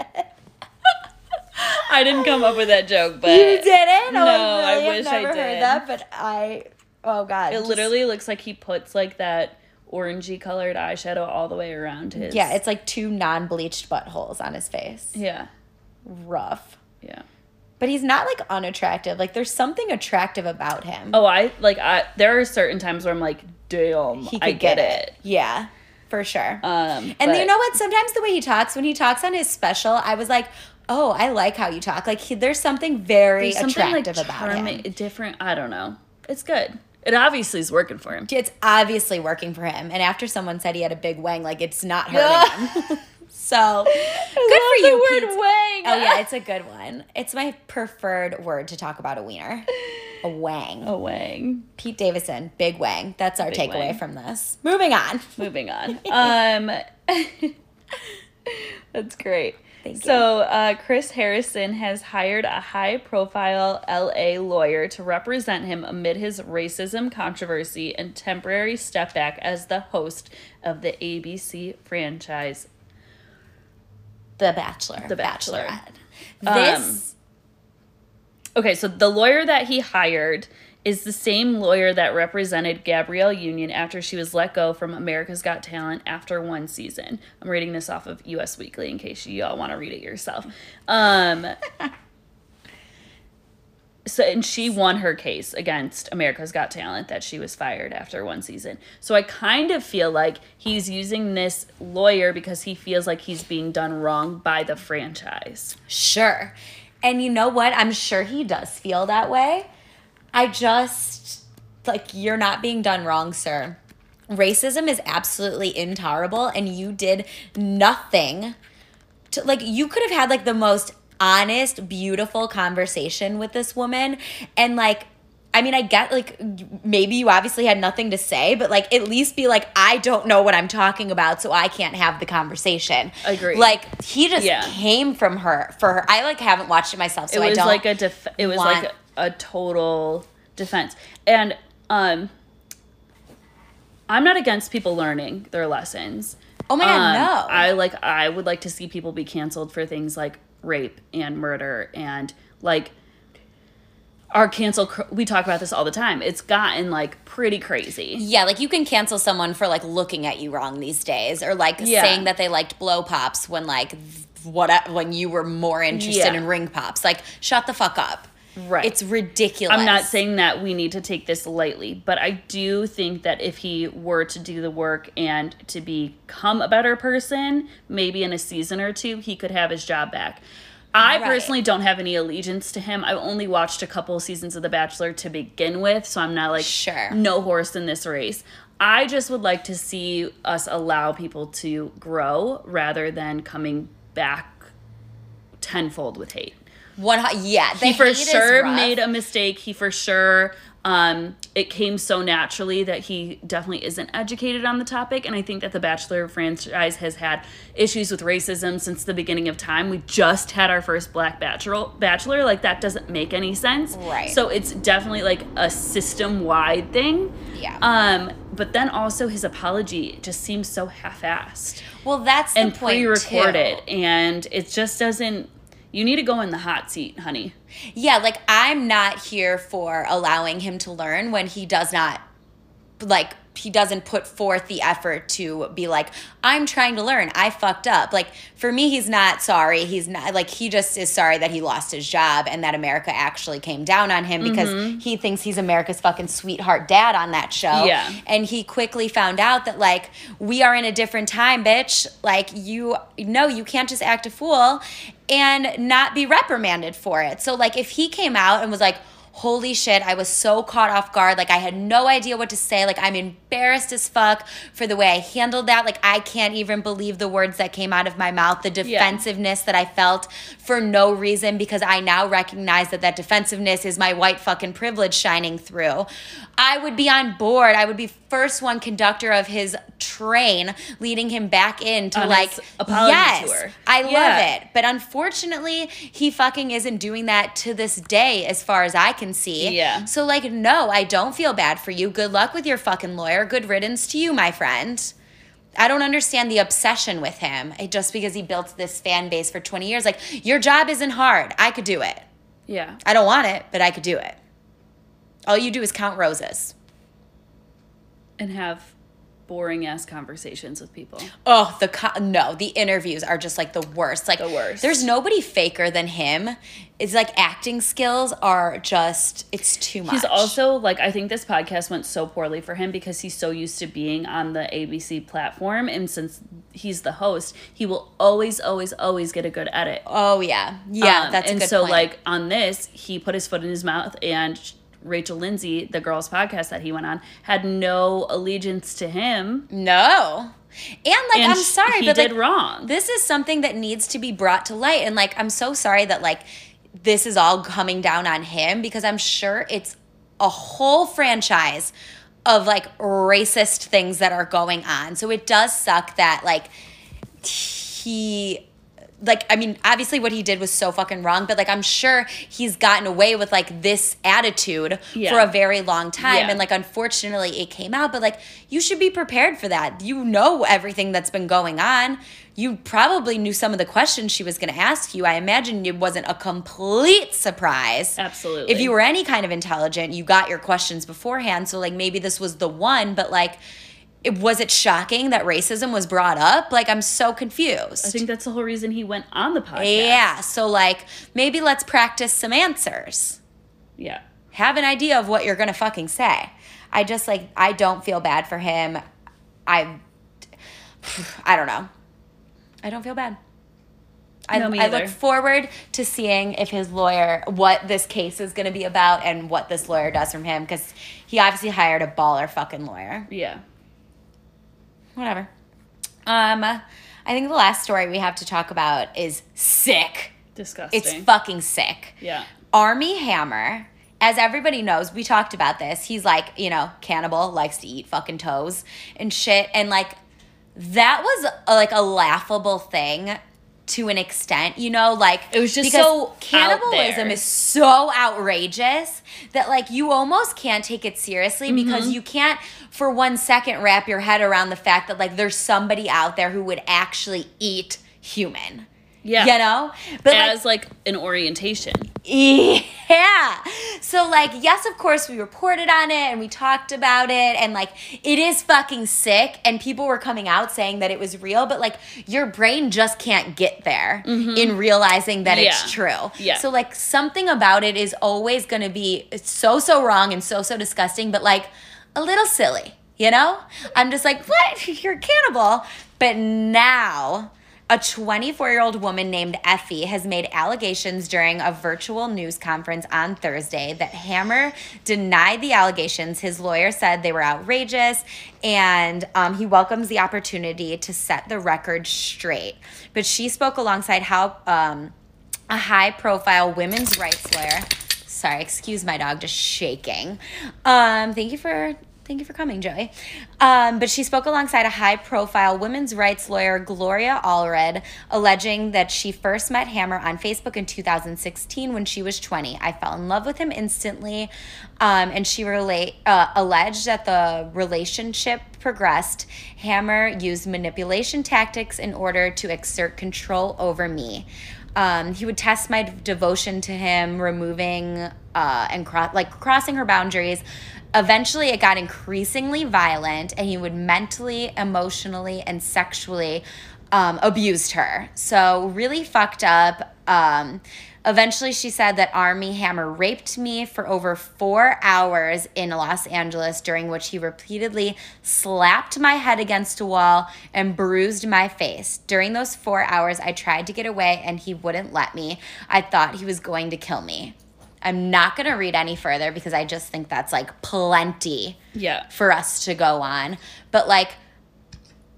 I didn't come up with that joke, but
[laughs] You didn't?
No,
oh,
I
really?
wish I
I've never
did.
heard that, but I. Oh god.
it
just-
literally looks like he puts like that orangey colored eyeshadow all the way around his.
Yeah, it's like two non-bleached buttholes on his face.
yeah,
Rough.
yeah.
But he's not like unattractive. Like there's something attractive about him.
Oh, I like I. There are certain times where I'm like, damn,
he could
I get, it.
Yeah, for sure.
Um,
and
but-
you know what? Sometimes the way he talks, when he talks on his special, I was like, oh, I like how you talk. Like he, there's something very
There's something like
attractive about
charming,
him.
different. I don't know. It's good. It obviously is working for him.
It's obviously working for him. And after someone said he had a big wang, like
[laughs]
it's not hurting him. So good for you,
the word
Pete.
wang. [laughs]
Oh yeah, it's a good one. It's my preferred word to talk about a wiener. A wang.
a wang.
Pete Davison, big wang. That's our
Oh. Big
takeaway
wang.
from this. Moving on.
Moving on. Um, [laughs] that's great.
Thank you.
so, uh, Chris Harrison has hired a high profile LA lawyer to represent him amid his racism controversy and temporary step back as the host of the ABC franchise.
The Bachelor.
The Bachelor. Um,
Bachelorette. This
Okay, so the lawyer that he hired is the same lawyer that represented Gabrielle Union after she was let go from America's Got Talent after one season. I'm reading this off of US Weekly in case you all want to read it yourself. Um [laughs] So and she won her case against America's Got Talent that she was fired after one season. So I kind of feel like he's using this lawyer because he feels like he's being done wrong by the franchise.
Sure. And you know what? I'm sure he does feel that way. I just, like, you're not being done wrong, sir. Racism is absolutely intolerable, and you did nothing to, like, you could have had, like, the most honest, beautiful conversation with this woman. And, like, I mean, I get, like, maybe you obviously had nothing to say, but, like, at least be like, I don't know what I'm talking about, so I can't have the conversation.
Agreed.
Like, he just
Yeah.
came from her for her. I like haven't watched it myself, so
it
I
was
don't.
like a def- it was like
want-
a, a total defense and um i'm not against people learning their lessons
oh my god,
Um,
no!
i like i would like to see people be canceled for things like rape and murder and like our cancel cr- we talk about this all the time it's gotten like pretty crazy
yeah, like you can cancel someone for like looking at you wrong these days, or like
Yeah.
saying that they liked blow pops when like what uh, when you were more interested
Yeah.
in ring pops. Like, shut the fuck up.
right
It's ridiculous.
I'm not saying that we need to take this lightly, but I do think that if he were to do the work and to become a better person, maybe in a season or two, he could have his job back. I
Right.
personally don't have any allegiance to him. I've only watched a couple seasons of The Bachelor to begin with, so I'm not like
Sure.
no horse in this race. I just would like to see us allow people to grow rather than coming back tenfold with hate.
One, hu- yeah, [laughs] the
He for
hate is
sure
rough.
made a mistake. He for sure um it came so naturally that he definitely isn't educated on the topic and I think that the Bachelor franchise has had issues with racism since the beginning of time. We just had our first black bachelor bachelor like that doesn't make any sense.
Right.
So it's definitely like a system-wide thing.
Yeah.
Um but then also his apology just seems so half-assed
Well, that's
and
the point too.
pre-recorded and it just doesn't you need to go in the hot seat, honey.
Yeah, like I'm not here for allowing him to learn when he does not like he doesn't put forth the effort to be like I'm trying to learn. I fucked up. Like for me he's not sorry. He's not like he just is sorry that he lost his job and that America actually came down on him because he thinks he's America's fucking sweetheart dad on that show.
Yeah.
And he quickly found out that like we are in a different time, bitch. Like you no, you can't just act a fool and not be reprimanded for it. So like if he came out and was like, "Holy shit, I was so caught off guard. Like I had no idea what to say. Like I'm embarrassed as fuck for the way I handled that. Like I can't even believe the words that came out of my mouth. The defensiveness that I felt for no reason because I now recognize that that defensiveness is my white fucking privilege shining through. I would be on board. I would be first one conductor of his train leading him back into
On
like
his apology
yes,
tour.
I
Yeah.
love it. But unfortunately, he fucking isn't doing that to this day, as far as I can see.
Yeah.
So like, no, I don't feel bad for you. Good luck with your fucking lawyer. Good riddance to you, my friend. I don't understand the obsession with him. It- just because he built this fan base for 20 years. Like, your job isn't hard. I could do it.
Yeah.
I don't want it, but I could do it. All you do is count roses.
and have boring ass conversations with people.
Oh, the co- no, the interviews are just like the worst. Like
The worst.
There's nobody faker than him. It's like acting skills are just it's too much.
He's also like I think this podcast went so poorly for him because he's so used to being on the ABC platform and since he's the host, he will always always always get a good edit.
Oh yeah. Yeah,
Um,
that's
and
a good
so
point.
like on this, he put his foot in his mouth and Rachel Lindsay, the girls podcast that he went on, had no allegiance to him.
no. And like
And
I'm sorry,
he
but
did
like,
wrong.
this is something that needs to be brought to light and like i'm so sorry that like this is all coming down on him because i'm sure it's a whole franchise of like racist things that are going on so it does suck that like he like i mean obviously what he did was so fucking wrong but like i'm sure he's gotten away with like this attitude
Yeah.
for a very long time
Yeah.
and like unfortunately it came out but like you should be prepared for that you know everything that's been going on you probably knew some of the questions she was going to ask you i imagine it wasn't a complete surprise
Absolutely.
if you were any kind of intelligent, you got your questions beforehand. So like maybe this was the one, but like it was it shocking that racism was brought up? Like I'm so confused.
I think that's the whole reason he went on the podcast.
yeah. So like maybe let's practice some answers.
Yeah.
Have an idea of what you're gonna fucking say. I just like I don't feel bad for him. I I don't know. I don't feel bad. I,
No, me
I look
either.
forward to seeing if his lawyer, what this case is going to be about and what this lawyer does from him because he obviously hired a baller fucking lawyer.
Yeah.
Whatever. Um, I think the last story we have to talk about is sick.
Disgusting.
It's fucking sick.
yeah.
Army Hammer, as everybody knows, we talked about this. He's like, you know, cannibal, likes to eat fucking toes and shit. And like, that was uh, like a laughable thing to an extent, you know, like
It was just
because
so out
cannibalism
there.
is so outrageous that like you almost can't take it seriously
Mm-hmm.
because you can't for one second wrap your head around the fact that like there's somebody out there who would actually eat human.
Yeah.
You know? But like,
as like an orientation.
yeah. So, like, yes, of course, we reported on it and we talked about it, and like, it is fucking sick. And people were coming out saying that it was real, but like, your brain just can't get there in realizing that
Yeah.
it's true.
Yeah.
So, like, something about it is always gonna be it's so, so wrong and so, so disgusting, but like, a little [laughs] silly, you know? I'm just like, what? You're a cannibal. But now, A 24 year old woman named Effie has made allegations during a virtual news conference on Thursday that Hammer denied the allegations. His lawyer said they were outrageous and um, he welcomes the opportunity to set the record straight. But she spoke alongside how um, a high profile women's rights lawyer. Sorry, excuse my dog just shaking. Um, thank you for thank you for coming, Joey. Um, but she spoke alongside a high profile women's rights lawyer, Gloria Allred, alleging that she first met Hammer on Facebook in 2016 when she was 20. I fell in love with him instantly. Um, and she relate, uh, alleged that the relationship progressed. Hammer used manipulation tactics in order to exert control over me. Um, he would test my devotion to him, removing uh, and cro- like crossing her boundaries. Eventually, it got increasingly violent, and he would mentally, emotionally, and sexually um, abused her. So really fucked up. Um, eventually, she said that Army Hammer raped me for over four hours in Los Angeles, during which he repeatedly slapped my head against a wall and bruised my face. During those four hours, I tried to get away, and he wouldn't let me. I thought he was going to kill me. I'm not going to read any further because I just think that's like plenty
Yeah.
for us to go on. But like,
This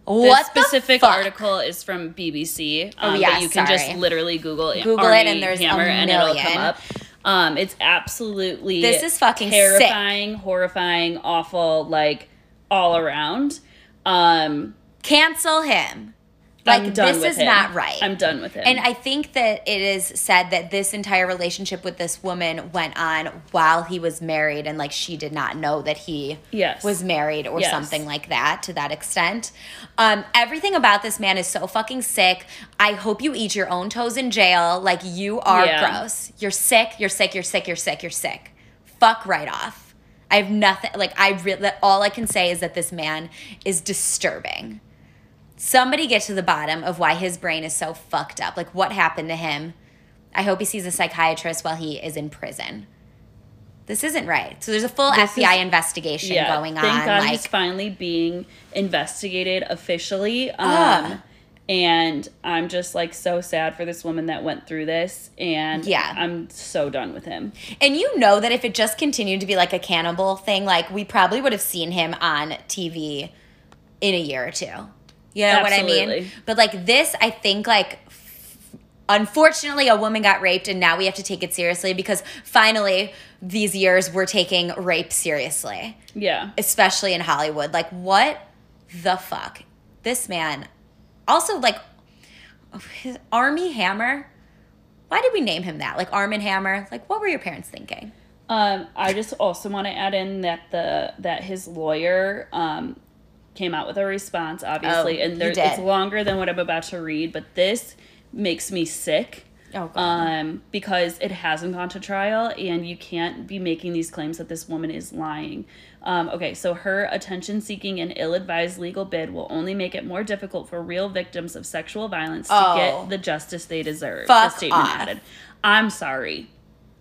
what the
specific
fuck?
article is from BBC.
Oh,
Um, but
yeah,
you can just
sorry.
literally Google,
Google
Army
it and there's a
Hammer and it'll
million.
come up. Um, it's absolutely
This is fucking sick.
terrifying, horrifying, awful, like all around. Um,
Cancel him. Like
I'm done
this
with
is
him.
not right.
I'm done with him.
and I think that it is said that this entire relationship with this woman went on while he was married and like she did not know that he
Yes.
was married or
Yes.
something like that to that extent. Um, everything about this man is so fucking sick. I hope you eat your own toes in jail. Like you are
Yeah.
gross. You're sick, you're sick, you're sick, you're sick, you're sick. Fuck right off. I have nothing like I really all I can say is that this man is disturbing. Somebody get to the bottom of why his brain is so fucked up. Like what happened to him? I hope he sees a psychiatrist while he is in prison. This isn't right. So there's a full
This
FBI
is-
investigation going on.
Thank God
like
he's finally being investigated officially. Um,
Ah.
And I'm just like so sad for this woman that went through this. And
Yeah.
I'm so done with him.
And you know that if it just continued to be like a cannibal thing, like we probably would have seen him on TV in a year or two. You know what I mean?
Absolutely.
But like this, I think like f- unfortunately a woman got raped and now we have to take it seriously because finally these years we're taking rape seriously,
Yeah.
especially in Hollywood. Like what the fuck? This man also like his Army Hammer. Why did we name him that? Like Arm and Hammer? Like what were your parents thinking?
Um, I just also want to add in that the that his lawyer um, came out with a response, obviously,
Oh,
and there,
he did.
it's longer than what I'm about to read, but this makes me sick.
Oh, God.
Um, because it hasn't gone to trial, and you can't be making these claims that this woman is lying. Um, okay, so her attention seeking and ill advised legal bid will only make it more difficult for real victims of sexual violence to
Oh.
get the justice they deserve.
Fuck
the statement
off.
added. I'm sorry.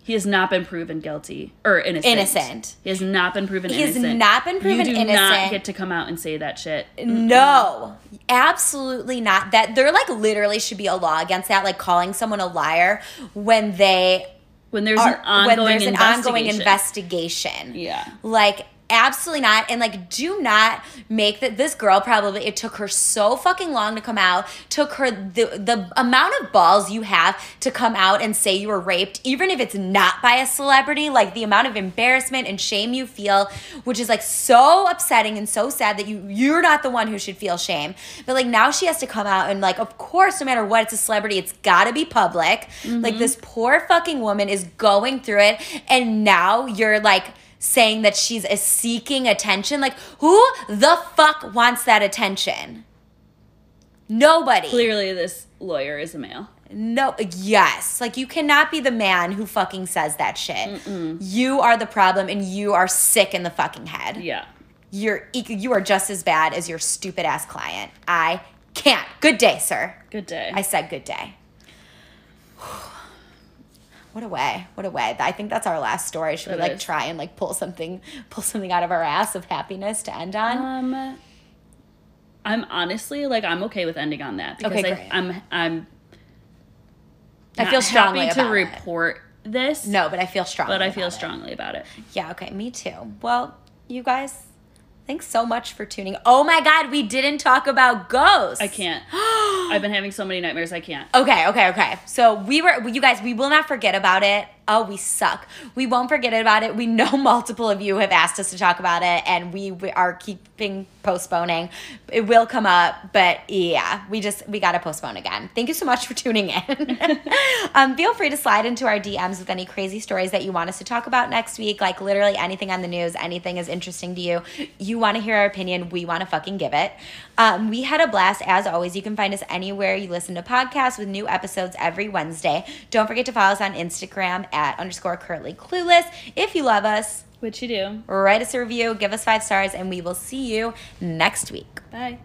He has not been proven guilty or innocent.
Innocent.
He has not been proven
He has
innocent.
not been proven
You do
innocent.
not get to come out and say that shit.
no, absolutely not. That there like literally should be a law against that, like calling someone a liar when they
When there's an
are when
ongoing
there's an
investigation.
ongoing investigation.
Yeah.
Like absolutely not and like do not make that this girl probably it took her so fucking long to come out took her the the amount of balls you have to come out and say you were raped even if it's not by a celebrity like the amount of embarrassment and shame you feel which is like so upsetting and so sad that you you're not the one who should feel shame but like now she has to come out and like of course no matter what it's a celebrity it's got to be public like this poor fucking woman is going through it and now you're like saying that she's uh, seeking attention. Like, who the fuck wants that attention? Nobody.
Clearly, this lawyer is a male.
No, yes. Like, you cannot be the man who fucking says that shit. You are the problem and you are sick in the fucking head.
Yeah.
You're, eq- you are just as bad as your stupid ass client. I can't. Good day, sir.
Good day.
I said good day. [sighs] What a way. What a way. I think that's our last story. Should we
That
like
is.
try and [laughs]
Uh,
like pull something pull something out of our ass of happiness to end on?
um, I'm honestly like I'm okay with ending on that because
Okay,
I,
great.
I'm I'm.
I
not
feel strongly
happy to
about it.
report this.
No, but I feel strong.
but I feel strongly about it.
Yeah, okay, me too. Well, you guys, thanks so much for tuning. Oh my god, we didn't talk about ghosts.
I
[gasps]
can't. I've been having so many nightmares. I can't.
Okay, okay, okay. So we were, you guys, we will not forget about it. Oh, we suck. We won't forget about it. We know [laughs] multiple of you have asked us to talk about it, and we we are keeping postponing. It will come up, but yeah, we just we gotta postpone again. Thank you so much for tuning in. [laughs] um, feel free to slide into our DMs with any crazy stories that you want us to talk about next week. Like literally anything on the news, anything is interesting to you. You want to hear our opinion, we want to fucking give it. Um, we had a blast as always. You can find us anywhere you listen to podcasts with new episodes every Wednesday. Don't forget to follow us on Instagram at underscore currently clueless. If you love us,
What you do?
write us a review, give us five stars, and we will see you next week.
Bye.